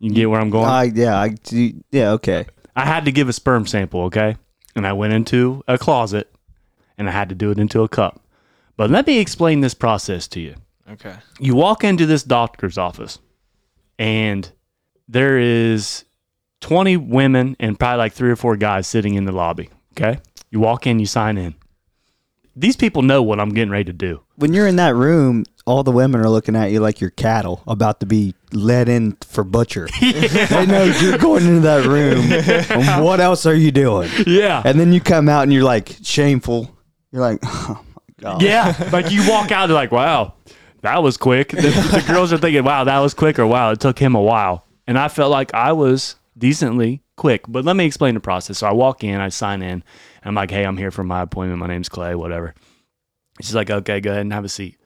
S3: You get where I'm going?
S2: I yeah, I do- yeah, okay.
S3: I had to give a sperm sample, okay? And I went into a closet and I had to do it into a cup. But let me explain this process to you.
S1: Okay.
S3: you walk into this doctor's office and there is 20 women and probably like three or four guys sitting in the lobby okay you walk in you sign in these people know what i'm getting ready to do
S2: When you're in that room, all the women are looking at you like you're cattle about to be let in for butcher. They know you're going into that room. and what else are you doing?
S3: yeah
S2: And then you come out and you're like shameful. You're like, oh my god.
S3: yeah like you walk out they're like wow that was quick the, the girls are thinking wow that was quick or wow it took him a while and i felt like i was decently quick but let me explain the process so i walk in i sign in and i'm like hey i'm here for my appointment my name's clay whatever She's like, okay, go ahead and have a seat.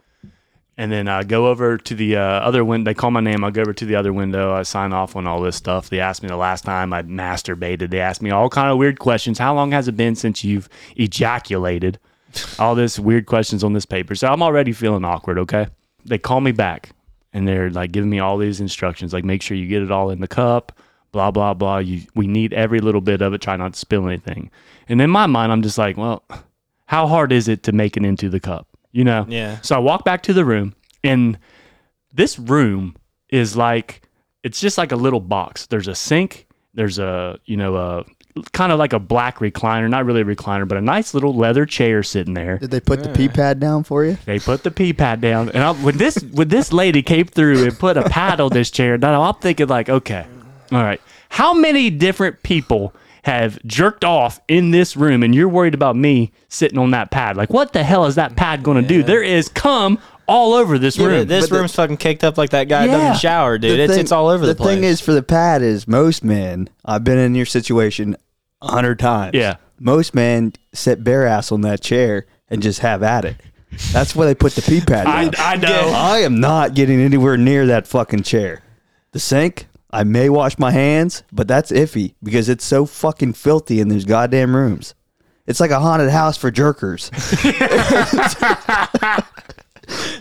S3: And then I go over to the uh, other window. They call my name. I go over to the other window. I sign off on all this stuff. They asked me the last time I masturbated. They asked me all kind of weird questions. How long has it been since you've ejaculated? All this weird questions on this paper. So I'm already feeling awkward. Okay. They call me back and they're like giving me all these instructions. Like make sure you get it all in the cup. Blah blah blah. You we need every little bit of it. Try not to spill anything. And in my mind, I'm just like, well, how hard is it to make it into the cup? You know?
S1: Yeah.
S3: So I walk back to the room, and this room is like, it's just like a little box. There's a sink, there's a, you know, a kind of like a black recliner, not really a recliner, but a nice little leather chair sitting there.
S2: Did they put the pee pad down for you?
S3: They put the pee pad down, and I, when this when this lady came through and put a pad on this chair, now I'm thinking like, okay, all right, how many different people have jerked off in this room, and you're worried about me sitting on that pad? Like, what the hell is that pad going to do? There is cum all over this room.
S1: This
S2: But the-
S1: room's fucking caked up like that guy
S3: Yeah.
S1: doesn't shower, dude.
S2: The
S1: It's
S2: thing-
S1: it's all over the, place.
S2: thing is, for the pad, is most men. I've been in your situation a hundred times.
S3: Yeah.
S2: most men sit bare ass on that chair and just have at it. That's where they put the pee pad.
S3: I,
S2: down.
S3: I know.
S2: I am not getting anywhere near that fucking chair. The sink, I may wash my hands, but that's iffy because it's so fucking filthy in those goddamn rooms. It's like a haunted house for jerkers.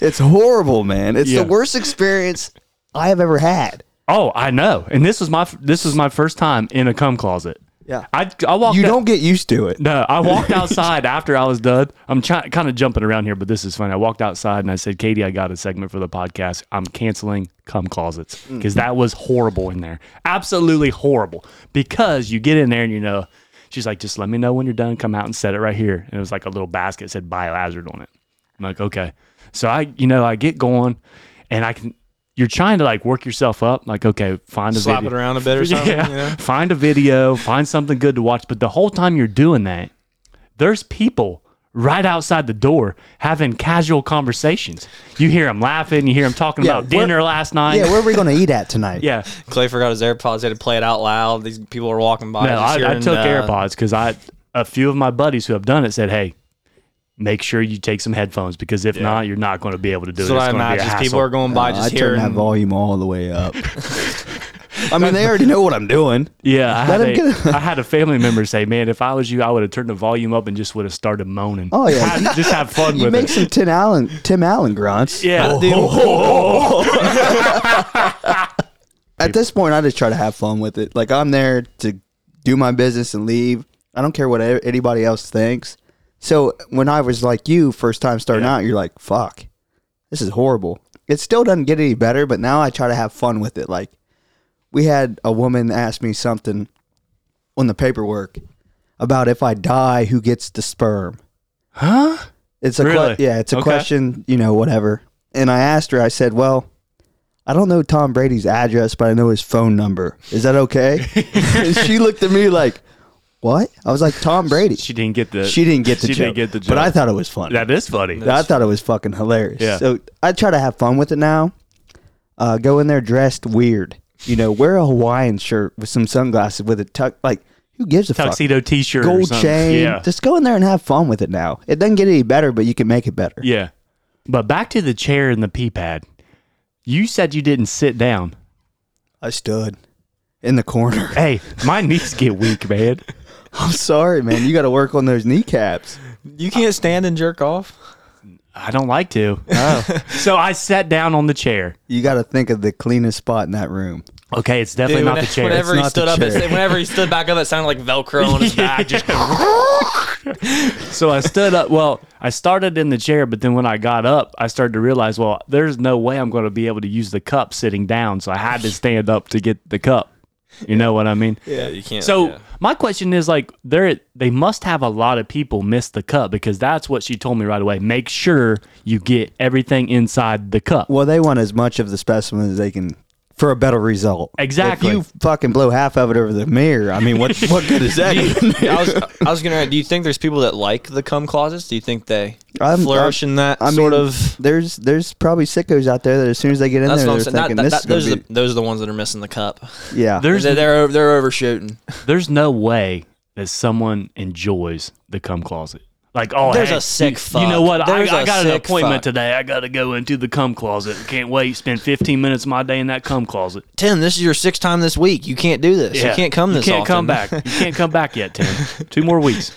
S2: it's horrible, man. It's
S3: Yeah.
S2: the worst experience I have ever had.
S3: Oh, I know. And this was my f- this was my first time in a cum closet.
S2: Yeah.
S3: I I walked.
S2: You
S3: out-
S2: don't get used to it.
S3: No, I walked outside after I was done. I'm try- kind of jumping around here, but this is funny. I walked outside and I said, Katie, I got a segment for the podcast. I'm canceling cum closets
S1: Mm.
S3: because that was horrible in there. Absolutely horrible because you get in there and you know, she's like, just let me know when you're done. Come out and set it right here. And it was like a little basket that said biohazard on it. I'm like, okay. So I, you know, I get going and I can, you're trying to like work yourself up. Like, okay, find a
S1: Slap
S3: video.
S1: it around a bit or something.
S3: Yeah.
S1: you know?
S3: Find a video, find something good to watch. But the whole time you're doing that, There's people right outside the door having casual conversations. You hear them laughing. You hear them talking
S2: Yeah,
S3: about
S2: where-
S3: dinner last night.
S2: Yeah, where are we going to eat at tonight?
S3: yeah.
S1: Clay forgot his AirPods. He had to play it out loud. These people were walking by.
S3: No,
S1: just
S3: I, I
S1: hearing,
S3: took
S1: uh,
S3: AirPods because I a few of my buddies who have done it said, "Hey, make sure you take some headphones because if not, you're not going to be able to do
S1: That's
S3: it."
S1: what
S3: It's
S1: I
S3: gonna be a
S1: imagine. is
S3: hassle."
S1: People are going by
S2: I
S1: just
S2: turn that
S1: hearing.
S2: volume all the way up. I mean, they already know what I'm doing.
S3: yeah, I had,
S2: Let 'em
S3: a, I had a family member say, "Man, if I was you, I would have turned the volume up and just would have started moaning."
S2: Oh, yeah.
S3: Have- just have fun
S2: You
S3: with
S2: make
S3: it.
S2: some Tim Allen, Tim Allen grunts.
S3: yeah,
S1: Dude,
S2: At this point, I just try to have fun with it. Like I'm there to do my business and leave. I don't care what a- anybody else thinks. So when I was like you, first time starting out, you're like, "Fuck, this is horrible." It still doesn't get any better, but now I try to have fun with it. Like we had a woman ask me something on the paperwork about if I die, who gets the sperm.
S3: huh?
S2: It's a que-
S3: Really?
S2: yeah, it's a
S3: Okay.
S2: question, you know, whatever. And I asked her, I said, "Well, I don't know Tom Brady's address, but I know his phone number. Is that okay?" and she looked at me like, "What?" I was like, "Tom Brady."
S3: She didn't get the.
S2: She didn't get the
S3: she
S2: joke,
S3: didn't get the
S2: but I
S3: joke.
S2: thought it was funny.
S3: that is funny.
S2: I thought it was fucking hilarious.
S3: Yeah.
S2: So I try to have fun with it now. Uh, go in there dressed weird. You know, wear a Hawaiian shirt with some sunglasses with a tuck. Like, who gives a fuck?
S3: tuxedo T-shirt, or
S2: Gold
S3: something.
S2: chain.
S3: Yeah,
S2: Just go in there and have fun with it now. It doesn't get any better, but you can make it better.
S3: yeah. But back to the chair and the pee pad. You said you didn't sit down.
S2: I stood in the corner.
S3: Hey, my knees get weak, man.
S2: I'm sorry, man. You got to work on those kneecaps.
S1: you can't stand and jerk off.
S3: I don't like to.
S2: Oh.
S3: so I sat down on the chair.
S2: You got to think of the cleanest spot in that room.
S3: Okay, it's definitely
S1: Dude,
S3: not
S1: when-
S3: the chair.
S1: Whenever he
S2: not the
S1: stood up, it,
S2: chair.
S1: whenever he stood back up, it sounded like Velcro on his back. Just
S3: so I stood up. Well, I started in the chair, but then when I got up, I started to realize, well, there's no way I'm going to be able to use the cup sitting down. So I had to stand up to get the cup. You know what I mean?
S1: yeah, you can't.
S3: So
S1: yeah.
S3: my question is like there they must have a lot of people miss the cup because that's what she told me right away. Make sure you get everything inside the cup.
S2: Well, they want as much of the specimen as they can for a better result.
S3: Exactly.
S2: If you fucking blow half of it over the mirror, I mean, what what good is that? even?
S1: I was, I was gonna. Do you think there's people that like the cum closets? Do you think they
S2: I'm-
S1: flourish in that
S2: I
S1: sort
S2: mean,
S1: of?
S2: There's there's probably sickos out there that as soon as they get in
S1: That's
S2: there,
S1: what I'm saying.
S2: they're
S1: That-
S2: thinking
S1: that-
S2: this
S1: that-
S2: is
S1: those are
S2: gonna
S1: the those are the ones that are missing the cup.
S2: be, yeah.
S3: There's
S1: They're they're, they're overshooting.
S3: there's no way that someone enjoys the cum closet. Like, oh,
S1: There's
S3: hey,
S1: a sick
S3: you-
S1: fuck.
S3: You know what? I,
S1: There's
S3: I
S1: a
S3: got an
S1: sick
S3: appointment
S1: fuck.
S3: today. I got to go into the cum closet. Can't wait. Spend 15 minutes of my day in that cum closet.
S1: Tim, this is your sixth time this week. You can't do this. You can't come this.
S3: You can't come
S1: often.
S3: back. You can't come back yet, Tim. Two more weeks.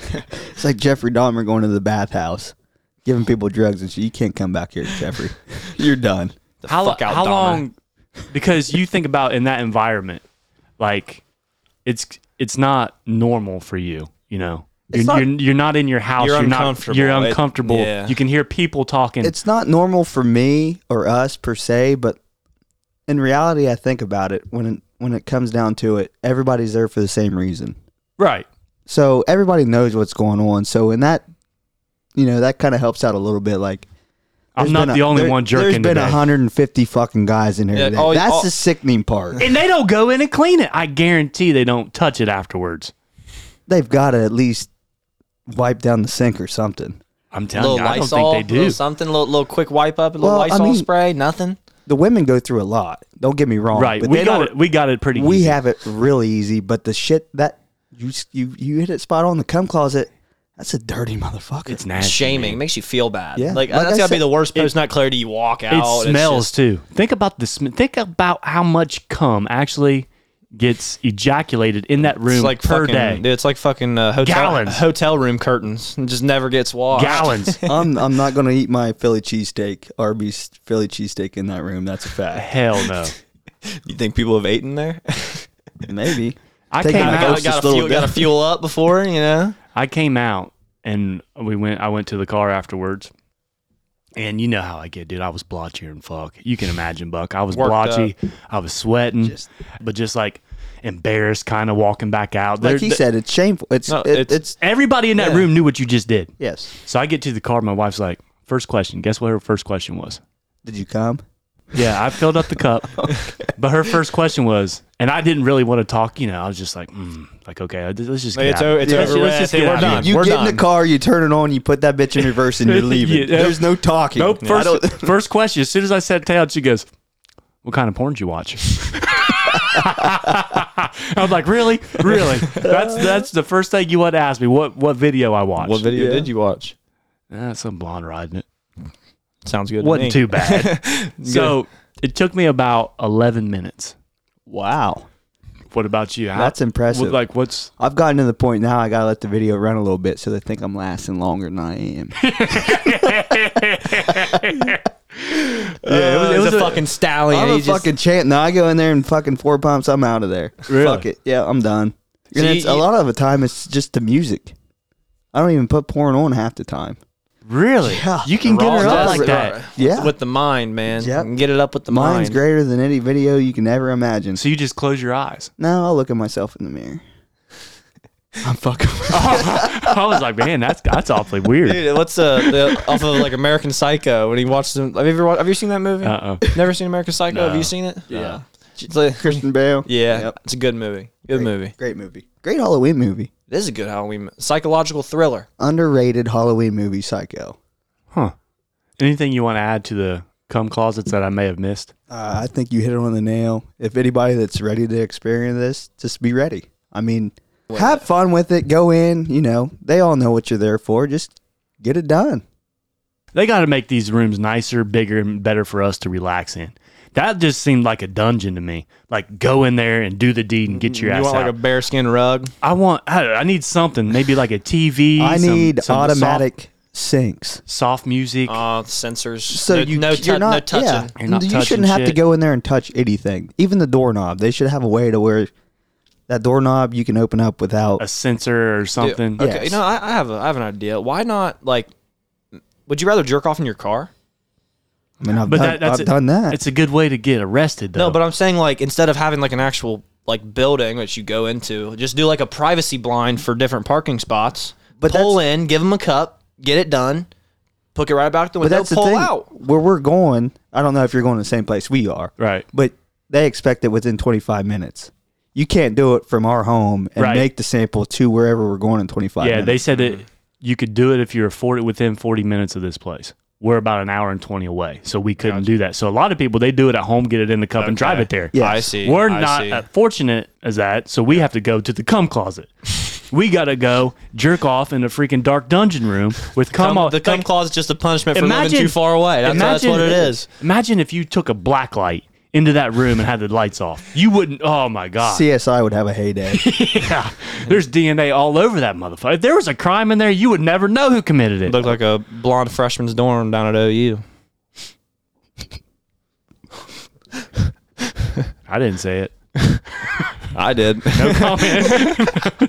S2: It's like Jeffrey Dahmer going to the bathhouse, giving people drugs and shit. You can't come back here, Jeffrey. You're done.
S1: The
S3: how
S1: fuck out,
S3: how
S1: Dahmer.
S3: long? Because you think about in that environment, like it's it's not normal for you. You know, you're,
S2: not-
S3: you're you're not in your house.
S1: You're
S3: not-
S1: uncomfortable.
S3: you're
S1: It-
S3: uncomfortable.
S1: yeah.
S3: You can hear people talking.
S2: it's not normal for me or us per se, but in reality, I think about it when it, when it comes down to it, everybody's there for the same reason.
S3: right.
S2: So everybody knows what's going on. So in that, you know, that kind of helps out a little bit. Like
S3: I'm
S2: there's
S3: not
S2: been a-
S3: the only
S2: there-
S3: one
S2: There's
S3: jerking
S2: been
S3: today.
S2: 150 fucking guys in here.
S1: Yeah,
S2: today.
S1: all-
S2: That's
S1: all-
S2: the sickening part.
S3: and they don't go in and clean it. I guarantee they don't touch it afterwards.
S2: They've got to at least wipe down the sink or something.
S3: I'm telling
S1: Little
S3: you, I
S1: Lysol,
S3: don't think they do.
S1: little something, little, little quick wipe up, a little
S2: Well, I
S1: Lysol
S2: mean-
S1: spray, nothing.
S2: The women go through a lot. Don't get me wrong.
S3: Right,
S2: But
S3: we
S2: they
S3: got
S2: don't,
S3: it. We got it pretty.
S2: we
S3: easy.
S2: have it really easy, but the shit that you you you hit it spot on the cum closet, that's a dirty motherfucker.
S3: It's nasty.
S1: Shaming
S3: man.
S1: makes you feel bad.
S2: Yeah.
S1: like,
S2: Like
S1: that's
S2: I
S1: gotta be
S2: said-
S1: the worst post not clarity. You walk out.
S3: It
S1: it's
S3: smells
S1: just-
S3: too. Think about the sm- Think about how much cum actually gets ejaculated in that room
S1: It's like
S3: per
S1: fucking,
S3: day.
S1: Dude, it's like fucking uh, hotel
S3: Gallons.
S1: hotel room curtains. It just never gets washed.
S3: Gallons.
S2: I'm I'm not gonna eat my Philly cheesesteak, Arby's Philly cheesesteak in that room. That's a fact.
S3: Hell no.
S1: You think people have eaten there?
S2: Maybe.
S3: I
S2: Take
S3: came
S2: it
S1: I
S2: out.
S3: out.
S1: gotta,
S2: Ghost
S1: gotta,
S2: is little
S1: fuel, gotta
S2: guy.
S1: fuel up before, you know.
S3: I came out and we went. I went to the car afterwards. And you know how I get, dude. I was blotchier and fuck. You can imagine, Buck. I was
S1: Worked
S3: blotchy. I was sweating, but just like embarrassed, kind of walking back out. There-
S2: Like he
S3: th-
S2: said, it's shameful. It's
S1: No,
S2: it,
S1: it's-
S2: it's
S3: everybody in that
S2: Yeah.
S3: room knew what you just did.
S2: yes.
S3: So I get to the car. My wife's like, first question. Guess what her first question was?
S2: Did you come?
S3: Yeah, I filled up the cup. But her first question was, and I didn't really want to talk. You know, I was just like, mm, like okay, let's just get
S1: Like, it's
S3: out.
S1: o- it's
S2: Yeah.
S1: over
S3: Let's
S1: with.
S3: just
S1: Hey,
S3: get
S1: we're
S3: out.
S1: done.
S2: You
S1: we're
S2: get
S1: done.
S2: in the car, you turn it on, you put that bitch in reverse, and you're leaving.
S3: Yeah.
S2: There's no talking.
S3: nope.
S2: I
S3: First,
S2: don't-
S3: first question. As soon as I sat down, she goes, "What kind of porn do you watch?" I was like, "Really, really? That's that's the first thing you want to ask me. What what video I watched?
S1: What video
S2: Yeah.
S1: did you watch?
S3: Eh, some blonde riding it.
S1: Sounds good.
S3: wasn't
S1: to me.
S3: too bad. so it took me about eleven minutes.
S2: wow.
S3: What about you? How-
S2: That's impressive.
S3: what- Like, what's
S2: I've gotten to the point now I gotta let the video run a little bit so they think I'm lasting longer than I am.
S1: Yeah, it was,
S3: Uh,
S1: it was
S3: it's
S1: a,
S3: a-
S1: fucking stallion.
S2: I'm
S1: He
S2: a
S1: just-
S2: fucking champ. Now I go in there and fucking four pumps. I'm out of there.
S3: Really?
S2: Fuck it. Yeah, I'm done.
S1: So
S2: And it's,
S1: you-
S2: a lot of the time, it's just the music. I don't even put porn on half the time.
S3: really?
S2: Yeah.
S3: You can get
S1: Raw
S3: her up
S1: stuff.
S3: like that.
S2: Yeah,
S1: with the mind, man.
S2: Yep.
S1: You can get it up with the
S2: mine's
S1: mind.
S2: greater than any video you can ever imagine.
S3: So you just close your eyes.
S2: Now I'll look at myself in the mirror. I'm fucking.
S3: I was like, man, that's that's awfully weird.
S1: Dude, what's uh, the off of like American Psycho when he watches him? Have you ever wa- have you seen that movie?
S3: Uh-uh.
S1: Never seen American Psycho. Have
S3: No.
S1: you seen it?
S3: Yeah.
S1: It's like-
S2: Christian Bale.
S1: yeah,
S2: Yep.
S1: it's a good movie. Good movie.
S2: Great movie. Great Halloween movie.
S1: This is a good Halloween mo- psychological thriller.
S2: Underrated Halloween movie. Psycho.
S3: Huh. Anything you want to add to the cum closets that I may have missed?
S2: Uh, I think you hit it on the nail. If anybody that's ready to experience this, just be ready. I mean, have fun with it. Go in. You know, they all know what you're there for. Just get it done.
S3: They got to make these rooms nicer, bigger, and better for us to relax in. That just seemed like a dungeon to me. Like go in there and do the deed and get your
S1: you
S3: ass
S1: want
S3: out.
S1: like a bearskin rug?
S3: I want. I, I need something. Maybe like a TV.
S2: I
S3: some-
S2: need
S3: some
S2: automatic sinks.
S3: soft, soft music.
S1: Uh, sensors.
S2: So
S1: no,
S2: you
S1: no,
S2: you're
S1: tou-
S2: not
S1: no touching.
S2: yeah.
S3: You're not
S2: you
S3: touching
S2: shouldn't have to
S3: shit.
S2: go in there and touch anything. Even the doorknob. They should have a way to where that doorknob you can open up without.
S3: a sensor or
S1: Dude,
S3: something.
S1: Okay,
S2: Yes.
S1: you know I, I have a, I have an idea. Why not like? Would you rather jerk off in your car?
S2: I mean, I've,
S3: But
S2: done,
S3: that, that's
S2: I've done that.
S3: It's a good way to get arrested, though.
S1: No, but I'm saying like instead of having like an actual like building that you go into, just do like a privacy blind for different parking spots.
S2: But
S1: But pull
S2: that's-
S1: in, give them a cup, get it done, hook it right back to the
S2: But
S1: window,
S2: that's the
S1: pull
S2: thing.
S1: out.
S2: Where we're going, I don't know if you're going to the same place we are.
S3: Right.
S2: But they expect it within 25 minutes. You can't do it from our home and
S3: Right.
S2: make the sample to wherever we're going in 25
S3: yeah, they
S2: minutes.
S3: said that you could do it if you're 40, within 40 minutes of this place. We're about an hour and 20 away, so we couldn't do that. So a lot of people, they do it at home, get it in the cup, and drive it there.
S2: Yes.
S1: I see.
S3: We're
S1: I
S3: not
S1: see.
S3: uh, fortunate as that, so we have to go to the cum closet. we got to go jerk off in a freaking dark dungeon room with cum
S1: Cum-
S3: all-
S1: the cum
S3: like,
S1: clause is just a punishment for
S3: imagine-
S1: living too far away. That's, that's
S3: imagine-
S1: what it is.
S3: Imagine if you took a black light into that room and had the lights off. You wouldn't, oh my God.
S2: CSI would have a heyday.
S3: Yeah, there's DNA all over that motherfucker. If there was a crime in there, you would never know who committed it.
S1: Looked like a blonde freshman's dorm down at OU.
S3: I didn't say it.
S1: I did.
S3: No comment.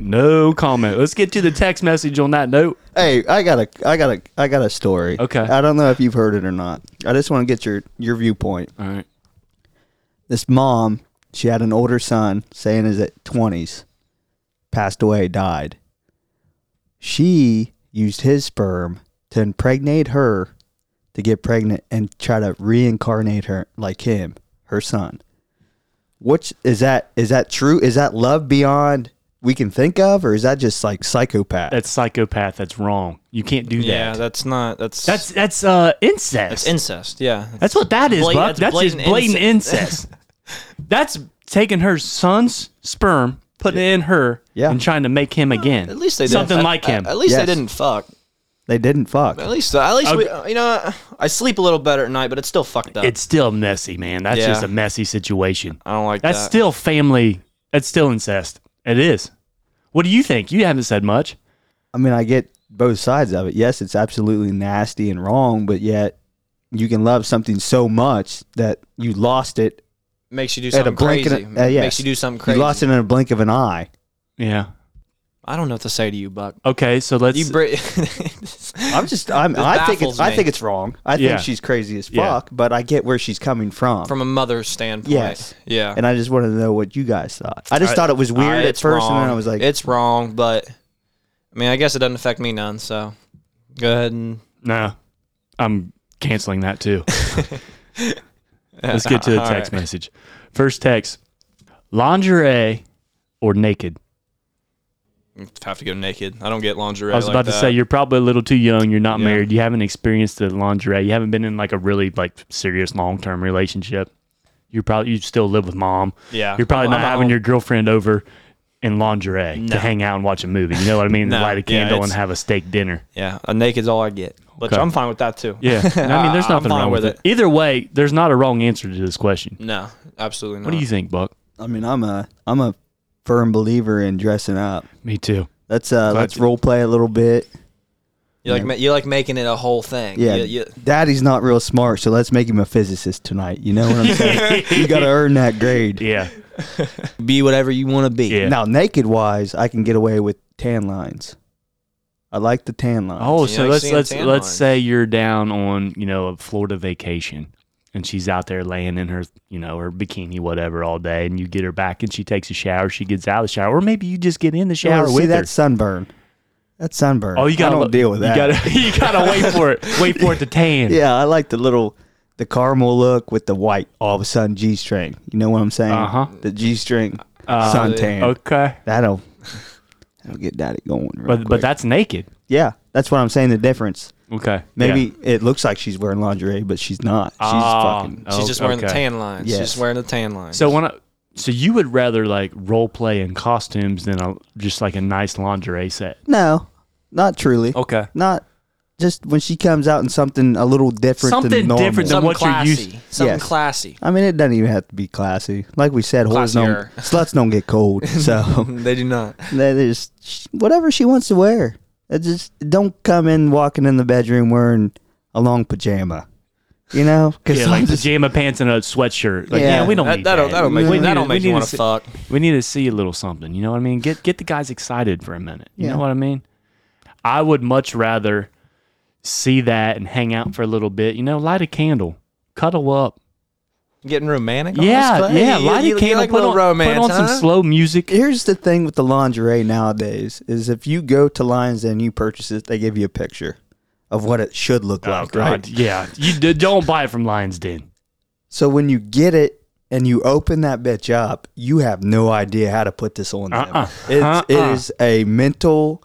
S3: no comment. Let's get to the text message on that note.
S2: hey, I got a, I got a, I got a story.
S3: Okay.
S2: I don't know if you've heard it or not. I just want to get your your viewpoint.
S3: All right.
S2: This mom, she had an older son, saying his twenties, passed away, died. She used his sperm to impregnate her, to get pregnant and try to reincarnate her like him, her son. Which is that? Is that true? Is that love beyond we can think of, or is that just like psychopath?
S3: That's psychopath. That's wrong. You can't do that.
S1: yeah, that's not. That's
S3: that's that's uh incest.
S1: incest. Yeah,
S3: that's what that is,
S1: Blat-
S3: Buck. That's,
S1: that's
S3: just
S1: blatant
S3: blatant incest. that's taking her son's sperm, putting it in her,
S2: Yeah.
S3: and trying to make him again.
S1: at least they did
S3: something like him.
S1: At, least
S2: Yes.
S1: they didn't fuck.
S2: they didn't fuck.
S1: At least uh, at least we, you know uh, I sleep a little better at night, but it's still fucked up.
S3: it's still messy, man. That's
S1: Yeah.
S3: just a messy situation.
S1: I don't like
S3: That's
S1: that.
S3: still family. That's still incest. It is. What do you think? You haven't said much.
S2: I mean, I get both sides of it. Yes, it's absolutely nasty and wrong, but yet you can love something so much that you lost it
S1: makes you do
S2: at a
S1: something
S2: blink.
S1: crazy.
S2: In a, uh, yes.
S1: Makes you do something crazy.
S2: You lost it in a blink of an eye.
S3: Yeah.
S1: I don't know what to say to you, Buck.
S3: Okay. So let's.
S1: You bri-
S2: I'm just. I'm.
S1: This
S2: I think it's.
S1: baffles
S2: I
S1: me.
S2: think it's wrong. I
S3: Yeah.
S2: think she's crazy as
S3: Yeah.
S2: fuck. But I get where she's coming from.
S1: from a mother's standpoint.
S2: Yes.
S1: Yeah.
S2: and I just wanted to know what you guys thought. I just thought it was weird
S1: Uh,
S2: at first, and then I was like,
S1: it's wrong, but I mean, I guess it doesn't affect me none. So go ahead and
S3: no. I'm canceling that too. Let's get to the
S1: All
S3: text
S1: right.
S3: message. First text: lingerie or naked.
S1: Have to go naked. I don't get lingerie.
S3: I was
S1: like
S3: about to
S1: that.
S3: say you're probably a little too young. You're not
S1: Yeah.
S3: married. You haven't experienced the lingerie. You haven't been in like a really like serious long term relationship. You probably you still live with mom.
S1: Yeah. Oh,
S3: You're probably
S1: I'm-
S3: not
S1: I'm
S3: having
S1: all-
S3: your girlfriend over in lingerie to hang out and watch a movie. You know what I mean?
S1: No.
S3: Light a
S1: Yeah,
S3: candle and
S1: it's-
S3: have a steak dinner.
S1: Yeah, a naked's all I get. Which
S3: Okay.
S1: I'm fine with that too.
S3: Yeah. I mean, there's
S1: I'm
S3: nothing
S1: fine
S3: wrong with
S1: with
S3: it. Either way, there's not a wrong answer to this question.
S1: No, absolutely not.
S3: What do you think, Buck?
S2: I mean, I'm a I'm a firm believer in dressing up.
S3: Me too.
S2: Let's uh let's role play a little bit.
S1: You like ma- you like making it a whole thing.
S2: Yeah,
S1: You- you-
S2: Daddy's not real smart, so let's make him a physicist tonight. You know what I'm saying? you got to earn that grade.
S3: Yeah.
S1: be whatever you want to be.
S3: Yeah.
S2: Now, naked wise, I can get away with tan lines. I like the tan lines.
S3: Oh,
S1: You
S3: so
S1: like
S3: let's
S1: seeing
S3: let's
S1: tan
S3: let's
S1: lines.
S3: say you're down on you know a Florida vacation, and she's out there laying in her you know her bikini whatever all day, and you get her back, and she takes a shower, she gets out of the shower, or maybe you just get in the
S2: Yeah,
S3: shower
S2: Oh, see
S3: with
S2: that
S3: her.
S2: sunburn. That sunburn.
S3: Oh, you gotta
S2: I
S3: lo-
S2: don't deal with that.
S3: You gotta you gotta wait for it. Wait for it to tan.
S2: yeah, I like the little the caramel look with the white all of a sudden G string. You know what I'm saying?
S3: Uh-huh.
S2: The G string
S3: Uh,
S2: suntan.
S3: Okay.
S2: That'll that'll get daddy going. Real
S3: But but
S2: quick.
S3: that's naked.
S2: yeah, that's what I'm saying. The difference.
S3: Okay.
S2: Maybe it looks like she's wearing lingerie, but she's not. She's
S3: Ah,
S2: fucking.
S1: She's
S3: oh,
S1: just wearing the
S3: okay.
S1: tan lines. She's
S2: Yes.
S1: just wearing the tan lines.
S3: So when I, so you would rather like role play in costumes than a, just like a nice lingerie set.
S2: No, not truly.
S3: Okay.
S2: Not just when she comes out in something a little different.
S3: Something
S2: than normal.
S3: different than
S1: something
S3: what you're
S1: classy.
S3: used-
S1: Something
S2: Yes.
S1: classy.
S2: I mean, it doesn't even have to be classy. Like we said, whores don't,
S1: Classier.
S2: sluts don't get cold, so
S1: They do not.
S2: they just sh- whatever she wants to wear. It just don't come in walking in the bedroom wearing a long pajama, you know? Because
S3: Yeah, like pajama pants and a sweatshirt. Like, yeah,
S2: Yeah.
S3: we don't
S1: That,
S3: need
S1: that'll,
S3: that.
S1: that'll make,
S3: we
S1: you- that'll
S3: need to-
S1: make
S3: we
S1: you
S3: need
S1: want
S3: to
S1: to fuck.
S3: see- We need to see a little something. You know what I mean? Get get the guys excited for a minute. You
S2: Yeah.
S3: know what I mean? I would much rather see that and hang out for a little bit. You know, light a candle, cuddle up.
S1: Getting romantic? on
S3: yeah,
S1: this play?
S3: yeah.
S1: You-
S3: Light
S1: you- you
S3: a candle.
S1: like
S3: put,
S1: little
S3: on,
S1: romance,
S3: put on some
S1: huh?
S3: slow music.
S2: here's the thing with the lingerie nowadays is if you go to Lions Den, you purchase it, they give you a picture of what it should look
S3: Oh
S2: like,
S3: God,
S2: right?
S3: yeah. You d- don't buy it from Lion's Den.
S2: So when you get it and you open that bitch up, you have no idea how to put this on them.
S3: Uh-uh.
S2: It's, it
S3: Uh-uh.
S2: is a mental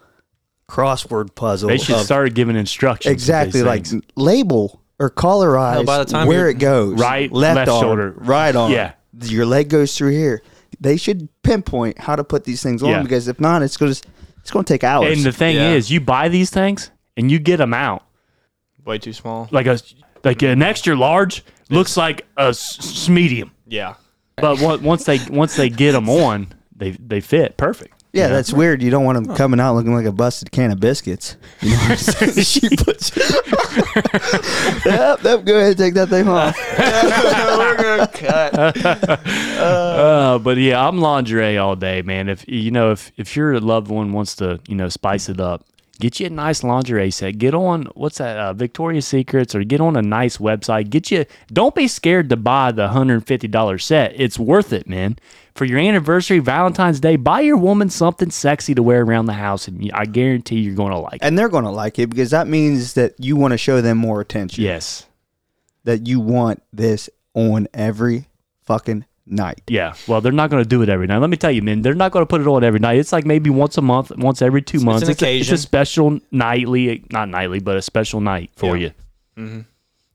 S2: crossword puzzle.
S3: They should
S2: of-
S3: start giving instructions. with these
S2: exactly like
S3: things.
S2: label or colorize
S1: No, by the time
S2: where
S1: you're-
S2: it goes.
S3: Right, left
S2: arm,
S3: shoulder.
S2: right arm.
S3: Yeah.
S2: your leg goes through here. They should pinpoint how to put these things on
S3: Yeah.
S2: because if not, it's going to it's going to take hours.
S3: And the thing
S1: Oh, Yeah.
S3: is, you buy these things and you get them out.
S1: Way too small.
S3: like a like an extra large looks like a s- s- medium,
S1: Yeah.
S3: but on- once they once they get them on, they they fit perfect.
S2: yeah, that's weird. You don't want them coming out looking like a busted can of biscuits. You know what I'm saying? she puts. yep, yep, go ahead, take that thing off.
S1: We're gonna cut.
S3: Uh, but yeah, I'm lingerie all day, man. If you know if if your loved one wants to you know spice it up. Get you a nice lingerie set. Get on what's that? Uh, Victoria's Secrets, or get on a nice website. Get you. Don't be scared to buy the hundred and fifty dollars set. It's worth it, man. For your anniversary, Valentine's Day, buy your woman something sexy to wear around the house, and you- I guarantee you're going to like it.
S2: And they're going to like it because that means that you want to show them more attention.
S3: Yes.
S2: That you want this on every fucking night.
S3: Yeah. Well, they're not going to do it every night. Let me tell you, man, they're not going to put it on every night. It's like maybe once a month, once every two months.
S1: an
S3: a- A,
S1: occasion.
S3: special nightly, not nightly, but a special night for
S1: Yeah. Mm-hmm.
S3: you.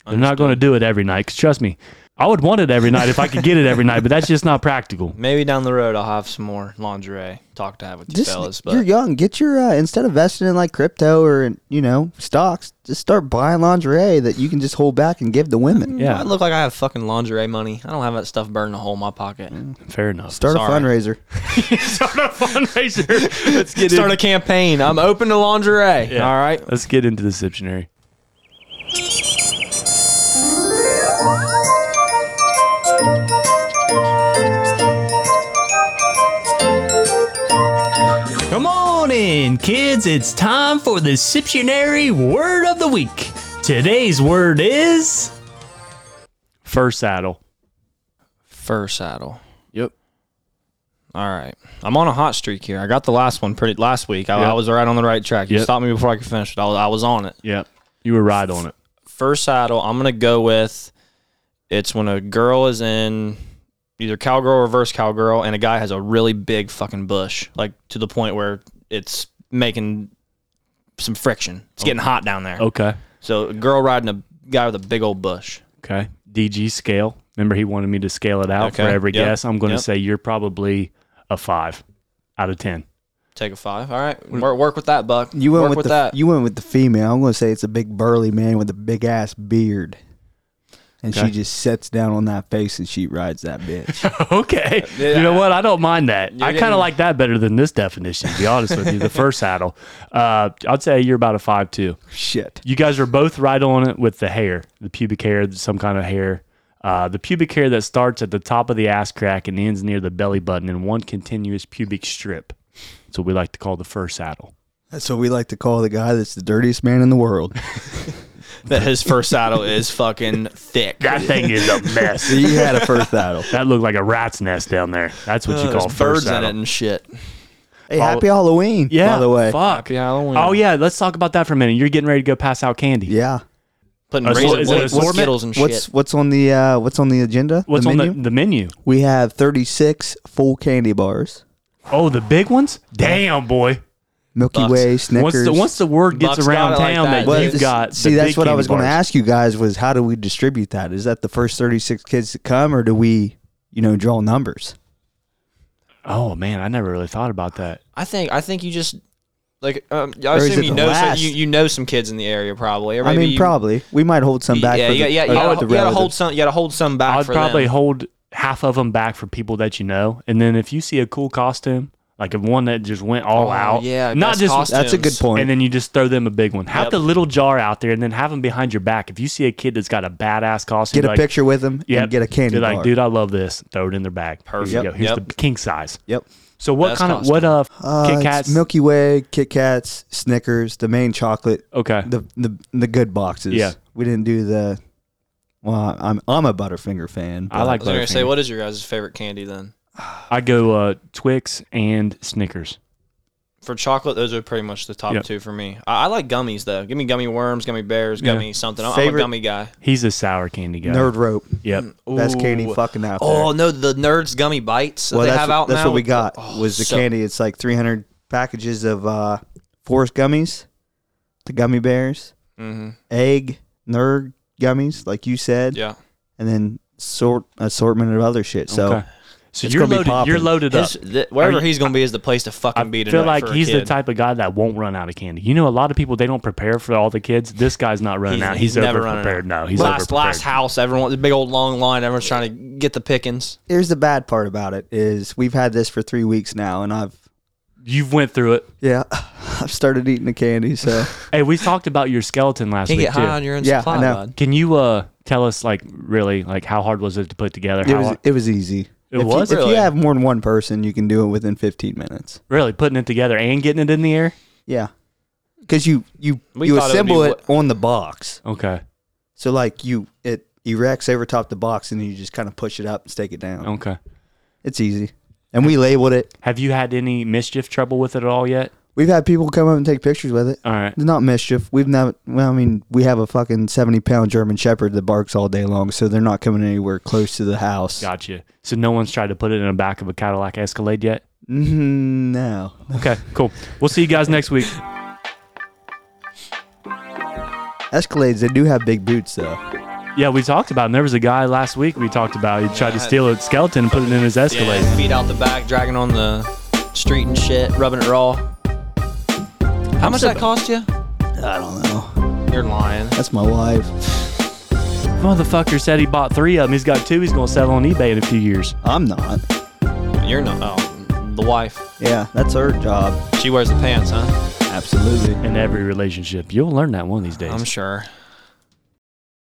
S3: They're not going to do it every night. 'cause trust me, I would want it every night if I could get it every night, but that's just not practical.
S1: Maybe down the road I'll have some more lingerie talk to have with you
S2: Just,
S1: fellas.
S2: you're
S1: But
S2: young. Get your uh, instead of investing in like crypto or in, you know stocks, just start buying lingerie that you can just hold back and give to women.
S3: Yeah.
S1: I look like I have fucking lingerie money. I don't have that stuff burning a hole in my pocket.
S2: Mm.
S3: Fair enough.
S2: Start
S1: Sorry.
S2: a fundraiser.
S3: Start a fundraiser. Let's get
S1: Start a campaign. I'm open to lingerie.
S3: Yeah.
S1: All right.
S3: Let's get into the dictionary. Come on in, kids. It's time for the Siptionary Word of the Week. Today's word is. Fur saddle.
S1: Fur saddle.
S3: Yep.
S1: All right. I'm on a hot streak here. I got the last one pretty last week. I,
S3: Yep.
S1: I was right on the right track. You
S3: Yep.
S1: stopped me before I could finish it. I was, I was on it.
S3: Yep. You were right on it.
S1: First saddle, I'm going to go with It's when a girl is in either cowgirl or reverse cowgirl, and a guy has a really big fucking bush, like to the point where it's making some friction. It's
S2: Oh.
S1: getting hot down there.
S3: Okay.
S1: So a girl riding a guy with a big old bush.
S3: Okay. DG scale. Remember, he wanted me to scale it out for
S1: Okay.
S3: every
S1: Yep.
S3: guess. I'm going to
S1: Yep.
S3: say you're probably a five out of 10.
S1: Take a five. All right, work, work with that, Buck.
S2: Mm. You went
S1: work
S2: with, the,
S1: that.
S2: You went with the female. I'm gonna say it's a big burly man with a big ass beard, and
S3: Okay.
S2: she just sits down on that face and she rides that bitch.
S3: okay.
S1: Uh, Yeah.
S3: You know what? I don't mind that. I kind
S1: getting-
S3: of like that better than this definition, to be honest with you. The first saddle. Uh, I'd say you're about a five, two.
S2: Shit.
S3: You guys are both right on it with the hair, the pubic hair, some kind of hair. Uh, the pubic hair that starts at the top of the ass crack and ends near the belly button in one continuous pubic strip. That's what we like to call the fur saddle.
S2: That's what we like to call the guy that's the dirtiest man in the world.
S1: that his first saddle is fucking thick.
S3: That thing is a mess.
S2: he had a first saddle.
S3: That looked like a rat's nest down there. That's what you
S1: There's
S3: call
S1: birds
S3: fur
S1: in
S3: saddle.
S1: it and shit.
S2: Hey, happy Halloween!
S3: Oh. Yeah.
S2: By the way,
S3: fuck.
S1: Happy Halloween.
S3: Oh yeah, let's talk about that for a minute. You're getting ready to go pass out candy.
S2: yeah.
S1: Putting
S3: Uh, so
S1: razor
S3: is it
S1: blades
S3: assortment?
S1: with Skittles and
S2: What's
S1: shit.
S2: what's on the uh, what's on the agenda?
S3: What's
S2: the
S3: on
S2: menu?
S3: the, the menu?
S2: We have 36 full candy bars,
S3: Oh, the big ones? Damn, boy.
S2: Milky
S1: Bucks.
S2: Way, Snickers.
S3: Once the once the word gets
S1: Bucks
S3: around
S1: got it like
S3: town
S1: that,
S3: that,
S1: dude.
S3: you've
S2: this-
S3: got
S2: see,
S3: the
S2: that's
S3: big
S2: what I
S3: candy
S2: was going to
S3: bars.
S2: ask you guys was how do we distribute that? Is that the first 36 kids to come, or do we, you know, draw numbers?
S3: Oh man, I never really thought about that.
S1: I think I think you just like um, I
S2: is
S1: assume
S2: it
S1: you
S2: the
S1: know some,
S2: last?
S1: you, you know some kids in the area probably. Or
S2: I
S1: maybe
S2: mean,
S1: you,
S2: probably we might hold some back.
S1: Yeah,
S2: for
S1: yeah,
S2: the,
S1: yeah.
S2: or
S1: You, gotta,
S2: the
S1: you gotta hold
S2: relatives.
S1: some. You gotta hold some back
S3: I'd
S1: for
S3: probably
S1: them.
S3: hold half of them back for people that you know, and then if you see a cool costume, like a one that just went all
S1: Oh,
S3: out,
S1: yeah,
S3: not
S1: best
S3: just
S1: costume.
S2: That's a good
S1: Tim's.
S2: point.
S3: and then you just throw them a big one. Have
S1: Yep.
S3: the little jar out there, and then have them behind your back. If you see a kid that's got a badass costume,
S2: get a
S3: like,
S2: picture with them.
S3: Yep.
S2: and get a candy
S3: Be like,
S2: bar.
S3: dude, I love this. Throw it in their bag. Perfect.
S1: Yep.
S3: Here you go. Here's
S1: Yep.
S3: the king size.
S2: Yep.
S3: So what
S1: Best
S3: kind of
S1: costume.
S3: what uh,
S2: Uh,
S3: Kit
S2: it's
S3: Kats?
S2: Milky Way, Kit Kats, Snickers, the main chocolate,
S3: okay.
S2: the the the good boxes.
S3: Yeah.
S2: we didn't do the. Well, I'm I'm a Butterfinger fan.
S3: I
S2: but-
S1: I
S3: like
S1: was gonna say,
S3: Butterfinger.
S1: what is your guys' favorite candy then?
S3: I go uh, Twix and Snickers.
S1: For chocolate, those are pretty much the top
S3: Yep.
S1: two for me. I, I like gummies though. Give me gummy worms, gummy bears,
S3: Yeah.
S1: gummy something. I'm, I'm a
S2: Favorite-
S1: gummy guy.
S3: He's a sour candy guy.
S2: Nerd rope.
S3: Yep.
S2: Best candy
S1: Ooh.
S2: fucking out there.
S1: Oh no, the nerds gummy bites that
S2: well,
S1: they
S2: that's,
S1: have
S2: what,
S1: out
S2: that's
S1: now.
S2: what we got
S1: Oh,
S2: was the
S1: so-
S2: candy. It's like 300 packages of uh, Forrest gummies, the gummy bears,
S1: Mhm.
S2: egg nerd gummies, like you said,
S1: Yeah.
S2: and then sort assortment of other shit. So
S3: Okay. So
S2: Oh. It's
S3: you're
S2: gonna be
S3: loaded. You're
S2: popping.
S3: loaded up.
S1: His, th- wherever
S3: Are you-
S1: he's gonna be is the place to fucking
S3: I
S1: be tonight.
S3: feel like
S1: for a
S3: he's the
S1: kid.
S3: type of guy that won't run out of candy. You know, a lot of people they don't prepare for all the kids. This guy's not running
S1: He's-
S3: out.
S1: he's
S3: He's,
S1: never
S3: over
S1: running
S3: prepared. No, he's
S1: last
S3: overprepared.
S1: last house. Everyone, the big old long line. Everyone's trying to get the pickings.
S2: here's the bad part about it is we've had this for three weeks now, and I've
S3: You've went through it.
S2: yeah, I've started eating the candy. So
S3: Hey, we talked about your skeleton last
S1: Can't
S3: week
S1: get high
S3: too.
S1: on your own
S2: Yeah, I
S1: supply,
S2: know.
S1: bud.
S3: Can you uh tell us like really like how hard was it to put together?
S2: it
S3: How
S2: was it was easy.
S3: It
S2: if
S3: was?
S2: You, if
S1: Really?
S2: you have more than one person, you can do it within 15 minutes.
S3: really putting it together and getting it in the air?
S2: Yeah, because you you
S1: We
S2: you
S1: thought it would be
S2: assemble
S1: what-
S2: it on the box.
S3: Okay.
S2: So like you it erects over top the box and you just kind of push it up and stake it down.
S3: Okay.
S2: It's easy. And we labeled it.
S3: Have you had any mischief trouble with it at all yet?
S2: We've had people come up and take pictures with it.
S3: All right.
S2: It's not mischief. We've never. Well, I mean, we have a fucking seventy pound German Shepherd that barks all day long, so they're not coming anywhere close to the house.
S3: Gotcha. So no one's tried to put it in the back of a Cadillac Escalade yet?
S2: Mm, no.
S3: Okay, cool. We'll see you guys next week.
S2: Escalades. They do have big boots though.
S3: Yeah, we talked about him. There was a guy last week we talked about. He tried to steal a skeleton and put it in his Escalade.
S1: Yeah, feet out the back, dragging on the street and shit, rubbing it raw. How much that cost you?
S2: I don't know.
S1: You're lying.
S2: That's my wife.
S3: Motherfucker said he bought three of them. He's got two he's going to sell on eBay in a few years.
S2: I'm not.
S1: You're not. Oh, the wife.
S2: Yeah, that's her job.
S1: She wears the pants, huh?
S2: Absolutely.
S3: In every relationship. You'll learn that one of these days.
S1: I'm sure.